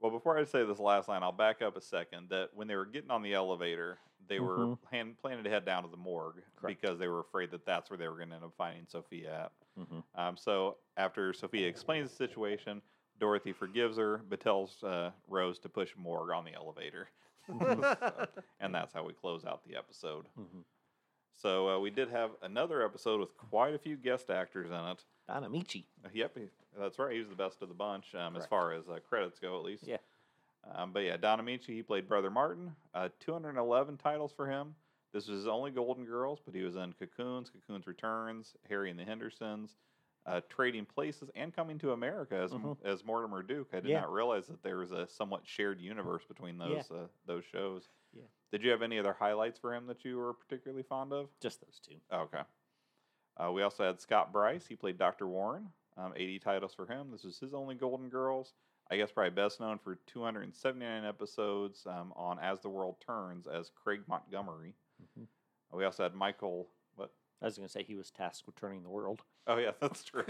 S2: Well, before I say this last line, I'll back up a second. That when they were getting on the elevator, they were
S3: Mm-hmm.
S2: hand, planning to head down to the morgue
S1: Correct.
S2: because they were afraid that that's where they were going to end up finding Sophia
S1: Mhm.
S2: at. Um, so after Sophia explains the situation, Dorothy forgives her, but tells uh, Rose to push morgue on the elevator,
S1: Mm-hmm.
S2: and that's how we close out the episode.
S1: Mhm.
S2: So uh, we did have another episode with quite a few guest actors in it.
S1: Don Amici.
S2: Uh, Yep, he- that's right. He was the best of the bunch um, as
S1: Correct.
S2: far as uh, credits go, at least.
S1: Yeah.
S2: Um, but yeah, Don Amici, he played Brother Martin. Uh, 211 titles for him. This was his only Golden Girls, but he was in Cocoons, Cocoons Returns, Harry and the Hendersons, uh, Trading Places, and Coming to America as,
S1: Mhm.
S2: as Mortimer Duke. I did
S1: Yeah.
S2: not realize that there was a somewhat shared universe between those uh, those shows.
S1: Yeah.
S2: Did you have any other highlights for him that you were particularly fond of?
S1: Just those two.
S2: Oh, Okay. Uh, we also had Scott Bryce. He played Dr. Warren. Um, 80 titles for him. This was his only Golden Girls. I guess probably best known for 279 episodes um, on As the World Turns as Craig Montgomery.
S1: Mhm.
S2: Uh, We also had Michael. What?
S1: I was going to say he was tasked with turning the world.
S2: Oh yeah, that's true.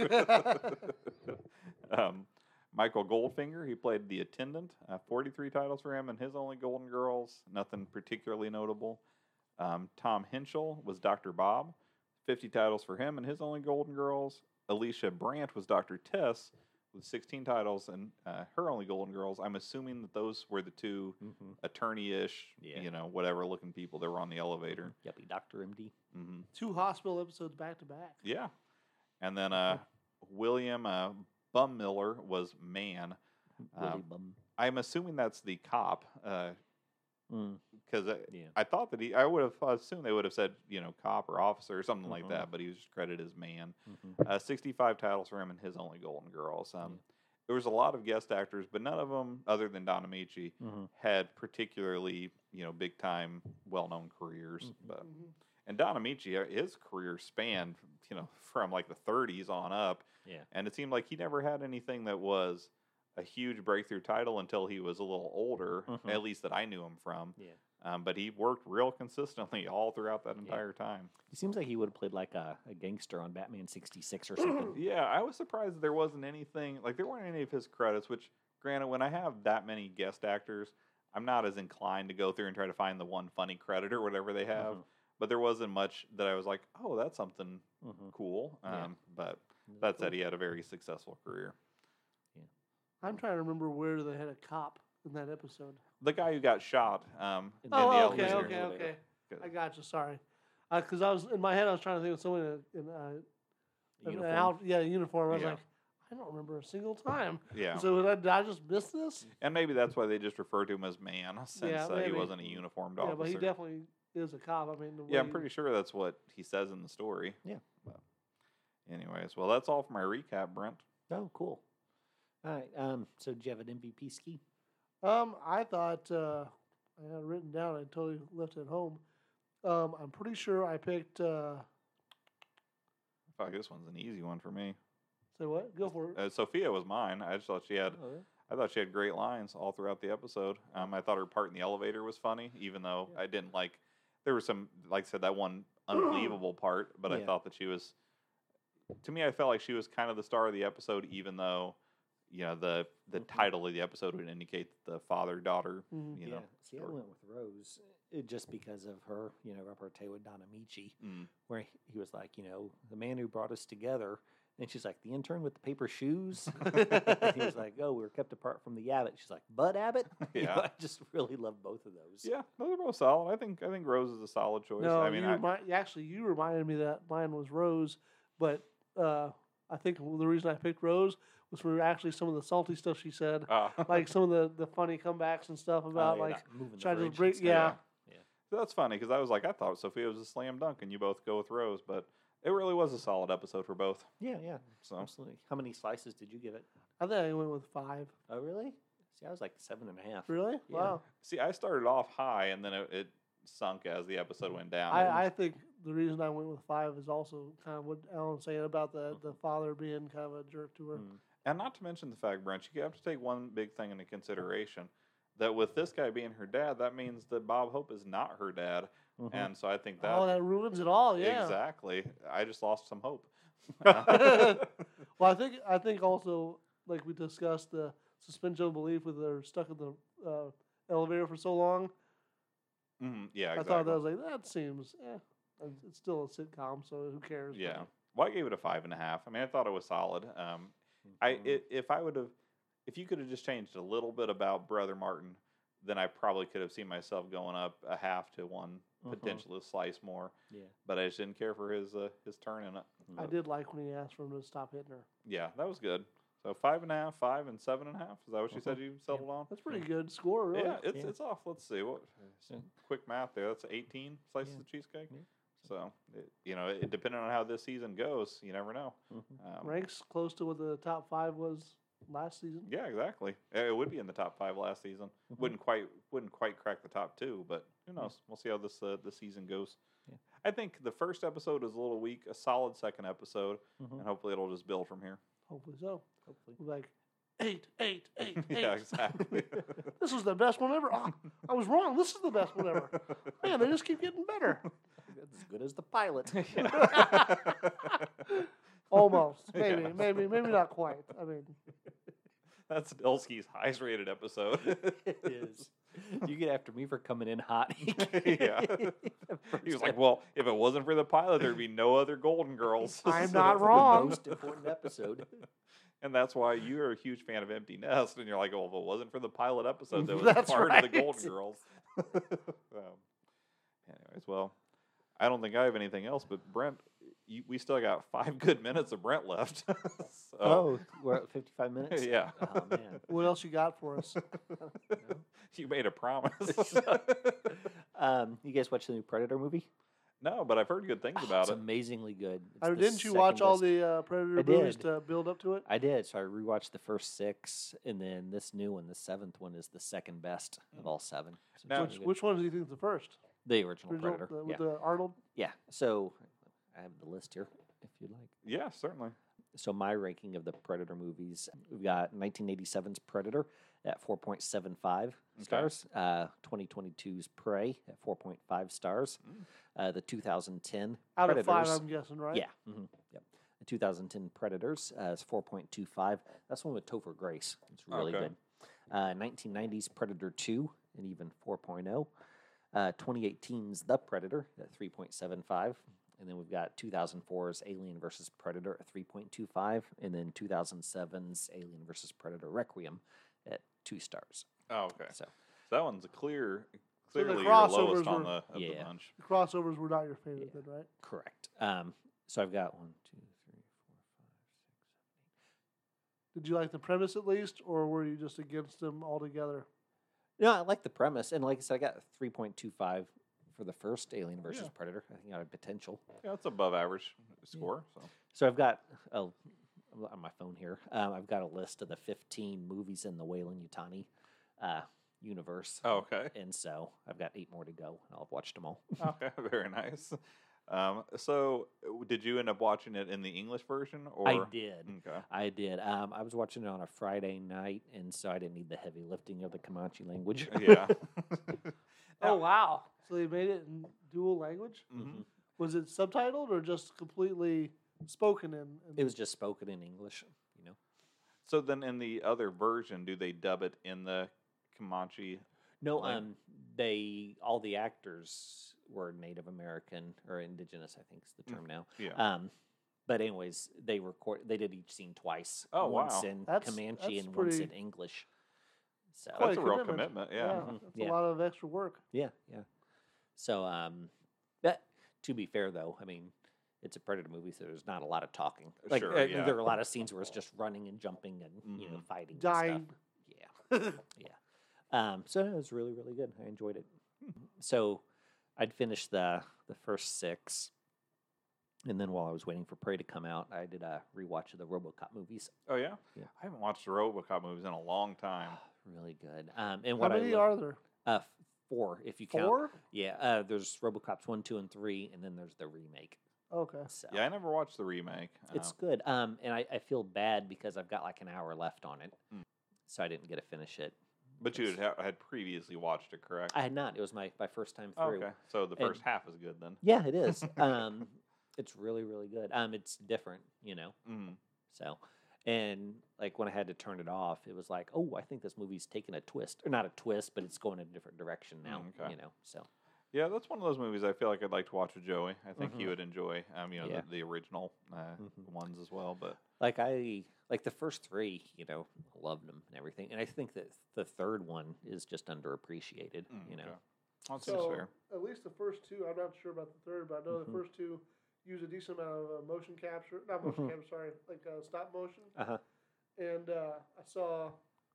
S2: um, Michael Goldfinger. He played the attendant. Uh, 43 titles for him, and his only Golden Girls. Nothing particularly notable. Um, Tom Henschel was Dr. Bob. 50 titles for him, and his only Golden Girls. Alicia Brandt was Dr. Tess with 16 titles and uh, her only Golden Girls. I'm assuming that those were the two
S1: Mm-hmm.
S2: attorney-ish,
S1: Yeah.
S2: you know, whatever-looking people that were on the elevator.
S1: Yuppie, Doctor MD.
S2: hmm
S3: Two hospital episodes back to back.
S2: yeah. And then uh, William uh, Bummiller was man.
S1: Willy
S2: Um,
S1: bum.
S2: I'm assuming that's the cop because
S1: Mm,
S2: I,
S1: yeah.
S2: I thought that he, I would have assumed they would have said, you know, cop or officer or something like
S1: Mhm.
S2: that, but he was just credited as man.
S1: Mhm.
S2: Uh, 65 titles for him and his only Golden Girls. Um,
S1: Yeah.
S2: There was a lot of guest actors, but none of them, other than Don Amici,
S1: Mhm.
S2: had particularly, you know, big time, well known careers.
S1: Mhm.
S2: But
S3: Mhm.
S2: and Don Amici, uh, his career spanned, you know, from like the 30s on up.
S1: Yeah.
S2: And it seemed like he never had anything that was a huge breakthrough title until he was a little older,
S1: Mhm.
S2: at least that I knew him from.
S1: Yeah.
S2: Um, but he worked real consistently all throughout that
S1: Yeah.
S2: entire time.
S1: He seems like he would have played like a, a gangster on Batman 66 or something.
S2: Yeah, I was surprised that there wasn't anything, like, there weren't any of his credits, which, granted, when I have that many guest actors, I'm not as inclined to go through and try to find the one funny credit or whatever they have.
S1: Mhm.
S2: But there wasn't much that I was like, oh, that's something
S1: Mhm.
S2: cool. Um,
S1: Yeah.
S2: But
S1: Mm-hmm.
S2: that said, he had a very successful career.
S3: I'm trying to remember where they had a cop in that episode.
S2: The guy who got shot. Um,
S1: And then
S3: Oh,
S1: the
S3: okay,
S1: elevator.
S3: okay, okay.
S2: Good.
S3: I got you. Sorry, because I was in my head. I was trying to think of someone in, a, in a, an
S1: Uniform.
S3: out, yeah, uniform. I was
S2: Yeah.
S3: like, I don't remember a single time.
S2: Yeah.
S3: So did I, did I just miss this?
S2: and maybe that's why they just refer to him as man, since
S3: Yeah,
S2: uh, he
S3: maybe.
S2: wasn't a uniformed
S3: Yeah,
S2: officer.
S3: but he definitely is a cop. I mean, the
S2: Yeah, I'm
S3: way-
S2: pretty sure that's what he says in the story.
S1: Yeah.
S2: But anyways, well, that's all for my recap, Brent.
S1: Oh, cool. All right. Um, so, did you have an MVP ski?
S3: Um, I thought uh, I had it written down. I totally left it at home. Um, I'm pretty sure I picked. Uh,
S2: I feel like this one's an easy one for me.
S3: say what? Go for it.
S2: Uh, Sophia was mine. I just thought she had,
S1: Oh,
S2: I thought she had great lines all throughout the episode. Um, I thought her part in the elevator was funny, even though I didn't like. There was some, like I said, that one unbelievable part, but I
S1: Yeah.
S2: thought that she was. To me, I felt like she was kind of the star of the episode, even though, you know, the the
S1: Mhm.
S2: title of the episode would indicate the father daughter,
S3: Mhm.
S2: you know.
S1: See, I
S2: story.
S1: went with Rose uh, just because of her, you know, repartee with Don Amici,
S2: Mm.
S1: where he- he was like, you know, the man who brought us together. And she's like, the intern with the paper shoes. and he was like, oh, we were kept apart from the Abbott. She's like, Bud Abbott? You know,
S2: Yeah.
S1: I just really love both of those.
S2: Yeah, no, they're both solid. I think I think Rose is a solid choice.
S3: No,
S2: I mean,
S3: you
S2: I,
S3: remind, actually, you reminded me that mine was Rose, but uh, I think the reason I picked Rose was for actually some of the salty stuff she said,
S2: uh,
S3: like some of the, the funny comebacks and stuff
S1: Oh,
S3: about
S1: yeah,
S3: like
S1: not moving the
S3: trying to
S1: fridge and
S3: break-
S1: stuff.
S3: yeah.
S1: Yeah.
S2: So that's funny because I was like, I thought Sophia was a slam dunk, and you both go with Rose, but it really was a solid episode for both.
S1: Yeah, yeah.
S2: So
S1: Absolutely. How many slices did you give it?
S3: I think I went with five.
S1: Oh, really? See, I was like seven and a half.
S3: Really?
S1: Yeah.
S3: Wow.
S2: see, I started off high, and then it, it sunk as the episode went down.
S3: I, uh I think the reason I went with five is also kind of what Alan's saying about the, the father being kind of a jerk to her.
S1: Mm.
S2: and not to mention the fact, Brent, you have to take one big thing into consideration that with this guy being her dad, that means that Bob Hope is not her dad,
S1: Mhm.
S2: and so I think that,
S3: Oh, that ruins it all. Yeah.
S2: exactly. I just lost some hope.
S3: Well, I think I think also like we discussed the suspension of belief with they're stuck in the uh, elevator for so long.
S2: Mhm, yeah,
S3: I
S2: exactly.
S3: thought that was like that seems. Eh. And It's still a sitcom, so who cares? but-
S2: Yeah. Well, I gave it a five and a half. I mean, I thought it was solid. Um, I
S1: Mm-hmm.
S2: i if I would have, if you could have just changed a little bit about Brother Martin, then I probably could have seen myself going up a half to one,
S1: Mhm.
S2: potentially a slice more.
S1: Yeah. Mm-hmm.
S2: But I just didn't care for his uh, his turn in it.
S3: I did like when he asked for him to stop hitting her.
S2: Yeah, that was good. So five and a half, five and seven and a half. Is that what you
S1: Mhm.
S2: said you settled on?
S3: That's pretty good score, really.
S2: Hmm. Yeah, it's
S1: Yeah.
S2: it's off. Let's see what
S1: So-
S2: quick math there. That's eighteen slices
S1: Yeah.
S2: of cheesecake.
S1: Yeah.
S2: So it, you know, it, depending on how this season goes, you never know.
S1: mhm.
S2: Um,
S3: Ranks close to what the top five was last season.
S2: Yeah, exactly. Uh, It would be in the top five last season.
S1: Mhm.
S2: Wouldn't quite wouldn't quite crack the top two, but who
S1: Yeah.
S2: knows? We'll see how this uh, the season goes.
S1: Yeah.
S2: I think the first episode is a little weak. A solid second episode,
S1: Mhm.
S2: and hopefully it'll just build from here.
S3: Hopefully so.
S1: Hopefully.
S3: Like eight, eight, eight, eight.
S2: yeah, exactly.
S3: This was the best one ever. Ah, I was wrong. This is the best one ever. Man, they just keep getting better.
S1: That's as good as the pilot.
S3: Almost. Maybe,
S2: Yeah.
S3: maybe, maybe not quite. I mean,
S2: That's Delsky's highest rated episode.
S1: It is. You get after me for coming in hot.
S2: Yeah. He was like, "Well, if it wasn't for the pilot, there'd be no other Golden Girls."
S3: I'm
S2: So
S3: not
S2: it's the
S3: wrong.
S1: most
S2: most-
S1: important episode.
S2: And that's why you're a huge fan of Empty Nest, and you're like, "Oh, if it wasn't for the pilot episode, that was
S3: That's
S2: part of the Golden
S3: right.
S2: Girls." so, anyways, well, I don't think I have anything else, but Brent, you, we still got five good minutes of Brent left. so,
S1: Oh, we're at 55 minutes?
S2: yeah,
S1: Oh, man.
S3: what else you got for us?
S2: you made a promise.
S1: Um, you guys watch the new Predator movie?
S2: no, but I've heard good things
S1: Oh,
S2: about
S1: it's
S2: it.
S1: amazingly good. It's
S3: Uh,
S1: the
S3: didn't you
S1: second
S3: watch all
S1: best-
S3: the uh, Predator
S1: I
S3: movies
S1: did.
S3: to build up to it?
S1: I did. So I rewatched the first six, and then this new one, the seventh one, is the second best of all seven. So it's
S2: Now-
S1: really
S3: Which,
S1: good.
S3: which one do you think is the first?
S1: the original
S3: Original-
S1: Predator?
S3: the-
S1: yeah.
S3: with the Arnold?
S1: yeah. So I have the list here, if you'd like.
S2: Yeah, certainly.
S1: So my ranking of the Predator movies, we've got 1987's Predator at 4.75 stars, uh, 2022's Prey at 4.5 stars,
S2: Mm.
S1: uh, the 2010
S3: Out
S1: Predators,
S3: of five, I'm guessing, right?
S1: yeah, mhm, yep. The 2010 Predators uh, is 4.25. That's the one with Topher Grace. It's really
S2: Okay.
S1: good. Uh, 1990's Predator 2 and even 4.0. Uh, 2018's The Predator at 3.75. And then we've got 2004's Alien versus Predator at 3.25. And then 2007's Alien versus Predator Requiem at two stars.
S2: Oh, okay.
S1: So
S2: So that one's a clear,
S3: So the
S2: clearly your
S3: crossovers
S2: lowest on
S3: were-
S2: the, of the
S1: Yeah.
S2: bunch.
S3: The crossovers were not your favorite, then, right?
S1: correct. Um, so I've got one, two, three, four,
S3: Did you like the premise at least, or were you just against them altogether?
S1: No, I like the premise, and like I said, I got three point two five for the first Alien versus
S2: Yeah.
S1: Predator. I think I had potential,
S2: Yeah, that's above average score. So
S1: so I've got a, on my phone here. Um, I've got a list of the fifteen movies in the Whalen Utani uh, universe,
S2: Oh, okay.
S1: and so I've got eight more to go, and I'll have watched them all.
S2: Okay, very nice. Um, so, w- did you end up watching it in the English version, or
S1: I did.
S2: Okay,
S1: I did. Um, I was watching it on a Friday night, and so I didn't need the heavy lifting of the Comanche language.
S2: yeah. Mm-hmm.
S3: Oh, wow. So they made it in dual language?
S1: Mm-hmm.
S2: Mhm.
S3: Was it subtitled or just completely spoken in? in
S1: It was just spoken in English, you know.
S2: So then, in the other version, do they dub it in the Comanche?
S1: No,
S2: Like-
S1: um, they all the actors were Native American or indigenous, I think is the
S2: Mm.
S1: term now.
S2: Yeah.
S1: Um, but anyways, they record they did each scene twice.
S2: Oh,
S1: once
S2: wow.
S1: in
S3: That's-
S1: Comanche
S3: that's
S1: and once in
S3: pretty-
S1: English. So
S3: quite
S2: That's a real
S3: commitment.
S2: commitment. Yeah. Mm-hmm.
S1: Mhm.
S3: It's
S1: Yeah.
S3: a lot of extra work.
S1: yeah, yeah. So um, but to be fair though, I mean, it's a predator movie, so there's not a lot of talking. Like
S2: Sure,
S1: uh,
S2: yeah.
S1: there are a lot of scenes where it's just running and jumping and you know
S2: Mhm.
S1: fighting, and stuff.
S3: Dying.
S1: Yeah. yeah. Um, so it was really, really good. I enjoyed it. So I'd finished the the first six. And then while I was waiting for Prey to come out, I did a rewatch of the RoboCop movies.
S2: Oh yeah?
S1: Yeah.
S2: I haven't watched the RoboCop movies in a long time.
S1: really good. Um, and
S3: How
S1: what
S3: many
S1: I
S3: are there?
S1: are uh, f- four, if you count.
S3: Four?
S1: Yeah, uh, there's RoboCops one, two, and three, and then there's the remake.
S3: Okay.
S1: So
S2: Yeah, I never watched the remake.
S1: it's
S2: Um,
S1: good. Um, and I, I feel bad because I've got like an hour left on it,
S2: Mm.
S1: so I didn't get to finish it.
S2: but you had,
S1: because-
S2: ha- had previously watched it, correct?
S1: I had not. It was my my first time
S2: Oh,
S1: through.
S2: okay, so the
S1: And-
S2: first half is good then.
S1: Yeah, it is. um, it's really, really good. Um, it's different, you know.
S2: Mhm.
S1: So, And like when I had to turn it off, it was like, oh, I think this movie's taking a twist, or not a twist, but it's going in a different direction now.
S2: Mm, okay.
S1: You know, so
S2: Yeah, that's one of those movies I feel like I'd like to watch with Joey. I think he
S1: Mhm.
S2: would enjoy, um, you know,
S1: Yeah.
S2: the, the original uh,
S1: Mhm.
S2: ones as well. But
S1: like I like the first three, you know, loved them and everything, and I think that the third one is just underappreciated.
S2: mm,
S1: you know,
S2: okay. that seems
S3: So
S2: fair.
S3: at least the first two, I'm not sure about the third, but I know
S1: Mhm.
S3: the first two use a decent amount of uh, motion capture, not motion
S1: Mhm.
S3: capture, sorry, like uh, stop motion.
S1: uh huh,
S3: And uh, I saw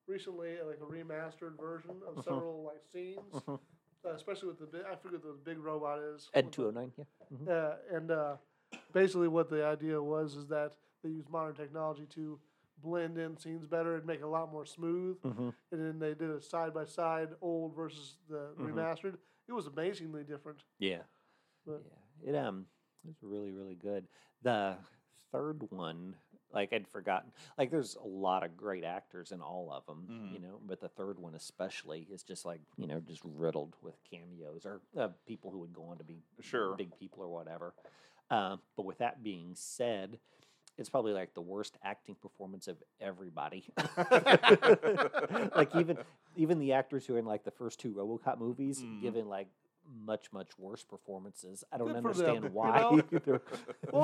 S3: recently uh, like a remastered version of
S1: Mhm.
S3: several like scenes,
S1: Mhm.
S3: uh, especially with the big, I forget what the big robot is.
S1: Ed
S3: with
S1: two
S3: the-
S1: hundred nine, yeah. Mhm.
S3: Yeah, and uh, basically what the idea was is that they use modern technology to blend in scenes better and make it a lot more smooth.
S2: Mm-hmm.
S1: Mhm.
S3: And then they did a side by side old versus the
S1: Mhm.
S2: Mm-hmm.
S3: remastered. It was amazingly different.
S1: Yeah.
S3: But-
S1: yeah. It um it's really, really good. The third one, like I'd forgotten like there's a lot of great actors in all of them, you
S2: Mhm.
S1: know, but the third one especially is just like, you know, just riddled with cameos or uh, people who would go on to be
S2: Sure.
S1: big people or whatever. Um, but with that being said, it's probably like the worst acting performance of everybody. like even even the actors who are in like the first two RoboCop movies,
S3: Mm-hmm.
S2: Mhm.
S1: given like much much worse performances. I don't
S3: Good for them,
S1: understand
S3: you
S1: why.
S3: know?
S1: they're,
S3: Well,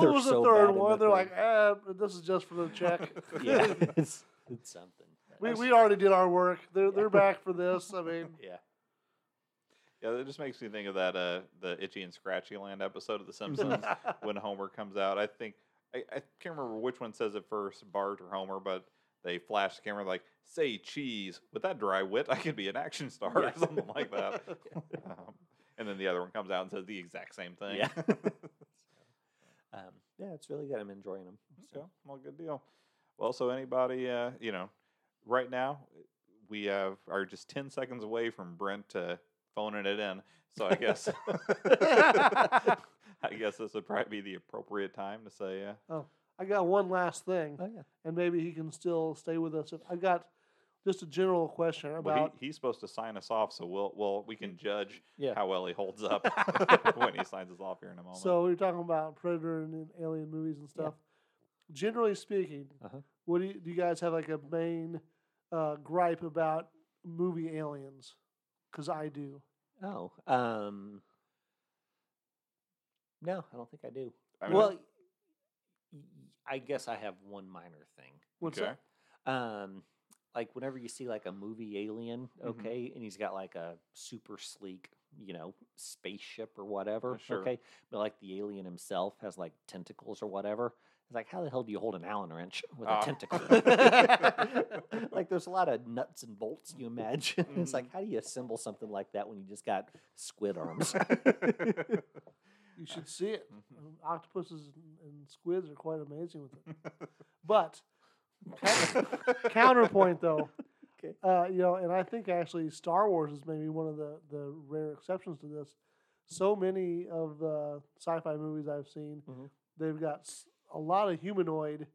S1: they're
S3: it was
S1: so
S3: the third
S1: bad in
S3: one.
S1: the
S3: They're like, eh, this is just for the check.
S1: third. yeah, it's, it's something. but-
S3: we, we already did our work. They're, they're back for this. I mean,
S1: yeah.
S2: Yeah, that just makes me think of that uh, the Itchy and Scratchy Land episode of The
S3: Mm-hmm.
S2: Simpsons when Homer comes out. I think I, I can't remember which one says it first, Bart or Homer, but they flash the camera like "Say cheese." With that dry wit, I could be an action star or
S1: Yeah.
S2: something like that. um, and then the other one comes out and says the exact same thing.
S1: Yeah. Um, yeah, it's really good. I'm enjoying them.
S2: Okay, well, good deal. Well, so anybody, uh, you know, right now we have are just ten seconds away from Brent uh, phoning it in. So I guess, I guess this would probably be the appropriate time to say, uh,
S3: I got one last thing,
S1: Oh yeah.
S3: and maybe he can still stay with us. If I got just a general question about.
S2: well, he, he's supposed to sign us off, so we'll, well, we can judge
S1: Yeah.
S2: how well he holds up when he signs us off here in a moment.
S3: So we were talking about Predator and, and Alien movies and
S1: Yeah.
S3: stuff. Generally speaking,
S1: Uh-huh.
S3: what do you, do you guys have like a main uh, gripe about movie aliens? Because I do.
S1: Oh. Um, no, I don't think I do.
S2: I
S1: well, y- y- I guess I have one minor thing.
S3: What's
S2: okay.
S3: that?
S1: um like whenever you see like a movie alien
S3: Mm-hmm.
S2: Mhm.
S1: okay and he's got like a super sleek you know spaceship or whatever
S2: sure.
S1: okay but like the alien himself has like tentacles or whatever it's like how the hell do you hold an allen wrench with
S2: Ah.
S1: a tentacle like there's a lot of nuts and bolts you imagine it's
S3: Mm-hmm.
S1: like how do you assemble something like that when you just got squid arms
S3: You should see it.
S2: Mhm.
S3: Um, Octopuses and- and squids are quite amazing with it. but coun- counterpoint, though,
S1: Okay.
S3: uh, you know, and I think actually Star Wars is maybe one of the, the rare exceptions to this. So many of the sci-fi movies I've seen,
S1: Mhm.
S3: they've got s- a lot of humanoid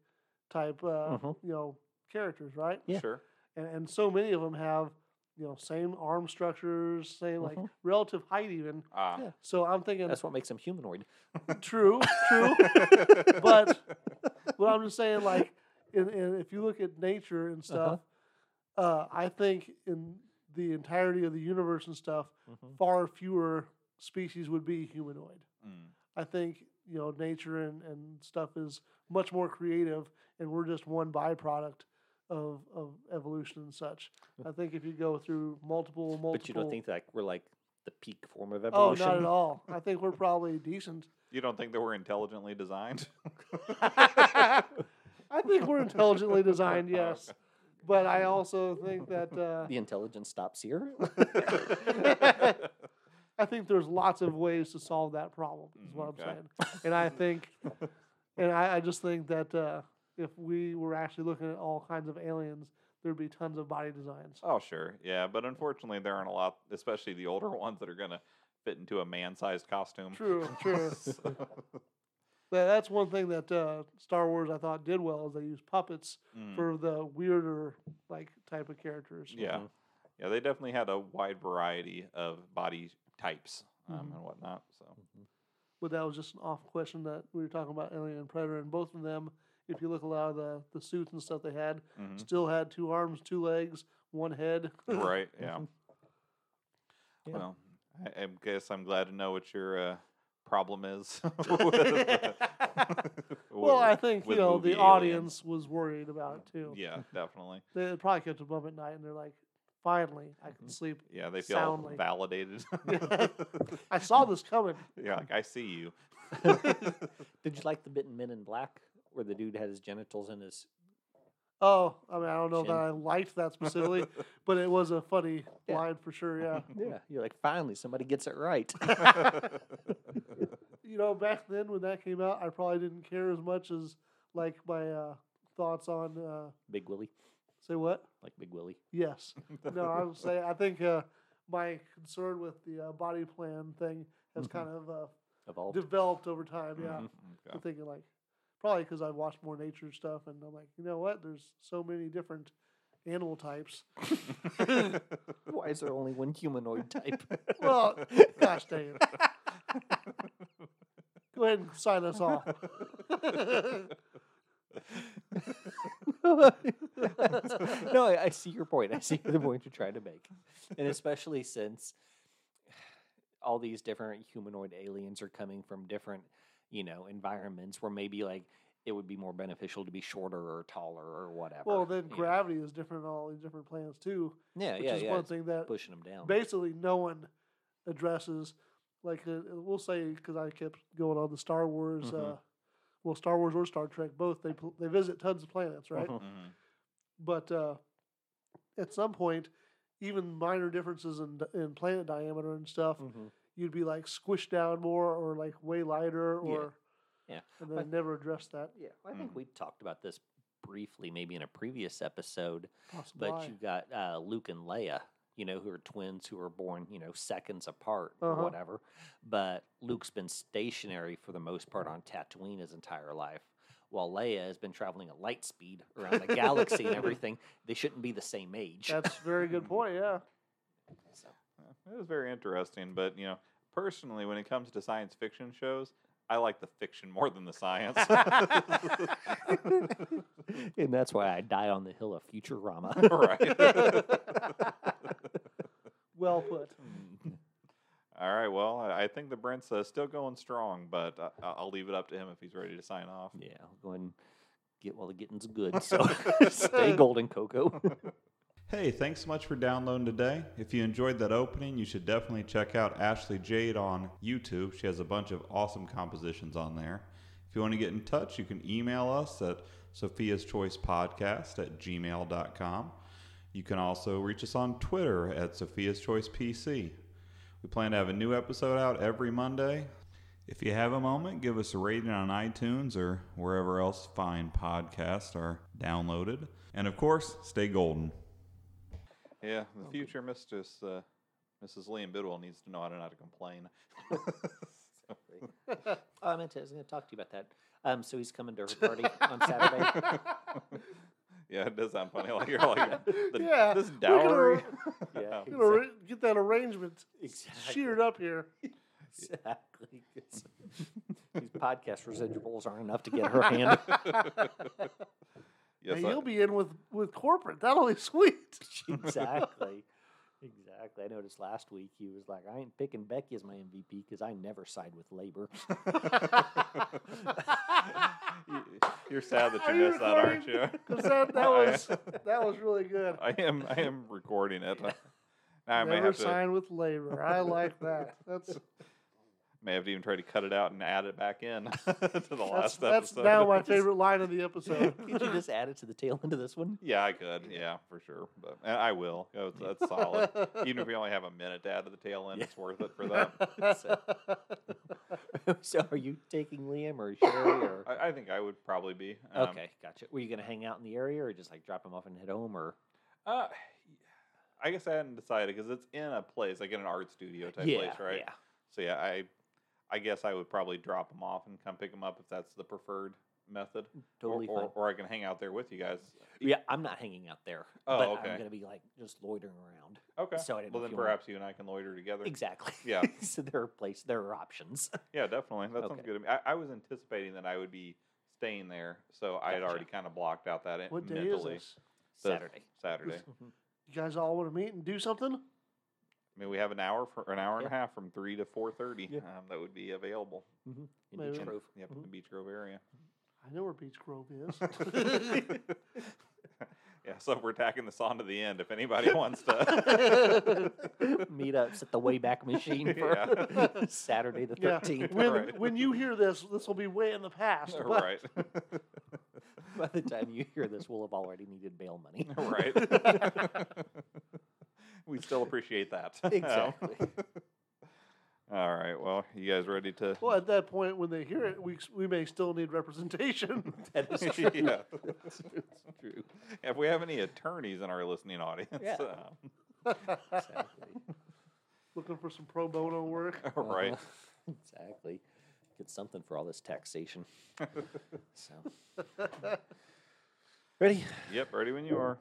S3: type, uh,
S1: Mhm.
S3: you know, characters, right?
S1: Yeah.
S2: Sure.
S3: And, and so many of them have, you know, same arm structures, same like
S1: Mhm.
S3: relative height even.
S2: Ah.
S1: Yeah.
S3: So I'm thinking,
S1: that's what makes him humanoid
S3: true, true. but but I'm just saying, like, in, in, if you look at nature
S1: Uh-huh.
S3: and stuff, uh I think in the entirety of the universe and stuff,
S1: Mhm.
S3: far fewer species would be humanoid.
S2: Mm.
S3: I think you know nature and, and stuff is much more creative, and we're just one byproduct of of evolution and such. I think if you go through multiple, multiple,
S1: but you don't think that we're like the peak form of
S3: oh,
S1: evolution
S3: not at all. I think we're probably decent.
S2: You don't think that we're intelligently designed?
S3: I think we're intelligently designed, yes. But I also think that uh,
S1: the intelligence stops here
S3: I think there's lots of ways to solve that problem. Is what I'm
S2: Okay.
S3: saying, and I think, and I, I just think that uh, if we were actually looking at all kinds of aliens, there'd be tons of body designs.
S2: Oh, sure. Yeah, but unfortunately, there aren't a lot, especially the older ones that are going to fit into a man sized costume.
S3: True, true.
S2: So,
S3: That, that's one thing that uh, Star Wars I thought did well is they used puppets
S2: mm,
S3: for the weirder like type of characters.
S2: yeah.
S1: Mhm.
S2: Yeah, they definitely had a wide variety of body types um,
S3: Mhm.
S2: and whatnot. So,
S3: But that was just an off question that we were talking about Alien and Predator, and both of them If you look, a lot of the, the suits and stuff they had
S2: Mhm.
S3: still had two arms, two legs, one head.
S2: right?
S3: Mm-hmm.
S2: Yeah.
S1: Yeah.
S2: Well, I, I guess I'm glad to know what your uh, problem is. with, uh,
S3: well,
S2: with-
S3: I think you
S2: with
S3: know
S2: movie
S3: the
S2: Alien.
S3: audience was worried about it too.
S2: Yeah, definitely.
S3: They probably kept them up at night, and they're like, "Finally, I
S2: Mm-hmm.
S3: can sleep."
S2: Yeah, they feel
S3: Soundly.
S2: validated.
S3: I saw this coming.
S2: yeah, like, I see you.
S1: Did you like the bit in Men in Black where the dude had his genitals in his?
S3: Oh, I mean, I don't know
S1: Shin.
S3: that I liked that specifically, but it was a funny
S1: Yeah.
S3: line for sure. Yeah.
S1: Yeah, you're like, finally, somebody gets it right.
S3: you know, back then when that came out, I probably didn't care as much as like my uh, thoughts on uh,
S1: Big Willie,
S3: say what?
S1: like Big Willie.
S3: Yes. No, I would say I think uh, my concern with the uh, body plan thing has
S1: Mhm.
S3: kind of uh,
S1: Evolved.
S3: developed over time. Yeah,
S1: Mm-hmm.
S2: Mhm, okay.
S3: I'm thinking like probably because I've watched more nature stuff, and I'm like, you know what? There's so many different animal types.
S1: Why is there only one humanoid type?
S3: Well, gosh dang it. Go ahead and sign us off.
S1: no, I, I see your point. I see the point you're trying to make, and especially since all these different humanoid aliens are coming from different, you know, environments where maybe like it would be more beneficial to be shorter or taller or whatever.
S3: well, then
S1: you know.
S3: gravity is different on all these different planets too,
S1: Yeah,
S3: which
S1: yeah,
S3: is
S1: yeah.
S3: one
S1: it's
S3: thing that
S1: pushing them down.
S3: basically no one addresses. Like uh, we'll say, because I kept going on the Star Wars,
S2: Mhm.
S1: Mm-hmm.
S3: uh, well, Star Wars or Star Trek, both they pl- they visit tons of planets, right?
S1: Mhm.
S2: Mhm.
S3: But uh, at some point, even minor differences in d- in planet diameter and stuff,
S1: Mhm.
S3: you'd be like squished down more or like way lighter
S1: Yeah.
S3: or
S1: Yeah.
S3: and
S1: I-
S3: then never addressed that
S1: Yeah, I think
S2: Mhm.
S1: we talked about this briefly, maybe in a previous episode,
S3: possibly
S1: But you got uh, Luke and Leia, you know, who are twins who were born, you know, seconds apart
S3: Uh-huh.
S1: or whatever. But Luke's been stationary for the most part on Tatooine his entire life, while Leia has been traveling at light speed around the galaxy and everything. They shouldn't be the same age.
S3: that's a very good point yeah
S1: So,
S2: Yeah, It was very interesting, but you know, personally, when it comes to science fiction shows, I like the fiction more than the science.
S1: and that's why I die on the hill of Futurama.
S2: right.
S3: well put
S2: All right. Well, I I think the Brent's uh, still going strong, but I- I- I'll leave it up to him if he's ready to sign off.
S1: yeah, I'll go and get while the getting's good. So stay golden, Coco.
S2: Hey, thanks so much for downloading today. If you enjoyed that opening, you should definitely check out Ashley Jade on YouTube. She has a bunch of awesome compositions on there. If you want to get in touch, you can email us at Sophia's Choice Podcast at gmail.com. You can also reach us on Twitter at Sophia's Choice PC. We plan to have a new episode out every Monday. If you have a moment, give us a rating on iTunes or wherever else fine podcasts are downloaded. And of course, stay golden. Yeah,
S3: Oh,
S2: the future mistress, uh, Mrs. Liam Bidwell, needs to know how to not complain.
S1: Oh, I meant to. I was going to talk to you about that. Um, so he's coming to her party on Saturday.
S2: yeah, it does sound funny. Like you're like the,
S3: Yeah,
S2: this
S3: we're gonna-
S2: dowry.
S1: yeah,
S3: you know re- get that arrangement
S1: Exactly.
S3: sheared up here
S1: Exactly. 'cause These podcast residuals aren't enough to get her hand.
S2: yes,
S3: and
S2: I-
S3: you'll be in with with corporate that'll be sweet
S1: exactly. Exactly. I noticed last week he was like, I ain't picking Becky as my MVP because I never side with labor.
S2: you- you're sad that
S3: Are
S2: you
S3: you
S2: missed that, aren't you?
S3: recording? 'Cause that, that was that was really good
S2: I am. I am recording it. Now I may
S3: never
S2: have to.
S3: sign with labor i like that that's
S2: May have to even try to cut it out and add it back in to the
S3: that's,
S2: last
S3: that's
S2: episode.
S3: now my favorite line of the episode
S1: Could you just add it to the tail end of this one?
S2: Yeah, I could. Yeah, for sure. But and I will. That's, that's solid. Even if we only have a minute to add to the tail end,
S1: Yeah.
S2: it's worth it for that.
S1: so are you taking Liam or Sherry or?
S2: I, I think I would probably be. um,
S1: Okay, gotcha. Were you going to hang out in the area or just like drop him off and head home or?
S2: Uh, I guess I hadn't decided because it's in a place, like in an art studio type place, right?
S1: Yeah.
S2: So yeah, I, I guess I would probably drop them off and come pick them up if that's the preferred method. Or-
S1: Totally
S2: or,
S1: fine.
S2: or, I can hang out there with you guys.
S1: yeah, I'm not hanging out there.
S2: Oh,
S1: but
S2: okay.
S1: I'm going to be like just loitering around.
S2: Okay.
S1: So I didn't know
S2: well,
S1: if you
S2: then
S1: wanted-
S2: perhaps you and I can loiter together.
S1: Exactly.
S2: Yeah.
S1: so there are place there are options.
S2: Yeah, definitely. That sounds
S1: Okay.
S2: good. to me. I, I was anticipating that I would be staying there, so I had
S1: Gotcha.
S2: already kind of blocked out that it
S3: What day is
S2: mentally.
S3: this?
S2: The
S4: Saturday.
S2: Saturday.
S1: Mm-hmm,
S3: You guys all want to meet and do something?
S2: I mean, we have an hour for an hour and a
S1: Yeah.
S2: half from three to four thirty.
S1: Yeah.
S2: Um, that would be available.
S1: In
S3: Maybe.
S1: Beech
S2: in-
S1: Grove.
S2: Yep, in
S1: Mhm.
S2: the Beach Grove area.
S3: I know where Beach Grove is.
S2: yeah, so we're tacking this on to the end. If anybody wants to,
S1: Meetups at the Wayback Machine for
S2: Yeah.
S1: Saturday the
S3: Yeah.
S1: 13th.
S3: when,
S2: Right.
S3: when you hear this, this will be way in the past. But
S2: right,
S1: By the time you hear this, we'll have already needed bail money.
S2: right. we still appreciate that. Um,
S1: Exactly.
S2: All right. Well, you guys ready to?
S3: Well, at that point, when they hear it, we, s- we may still need representation.
S1: That is true.
S2: yeah.
S1: That's true.
S2: If we have any attorneys in our listening audience,
S1: Yeah.
S2: um,
S1: Exactly.
S3: Looking for some pro bono work.
S2: right?
S1: Uh-huh. exactly. Get something for all this taxation. so. Ready?
S2: Yep. Ready when you are.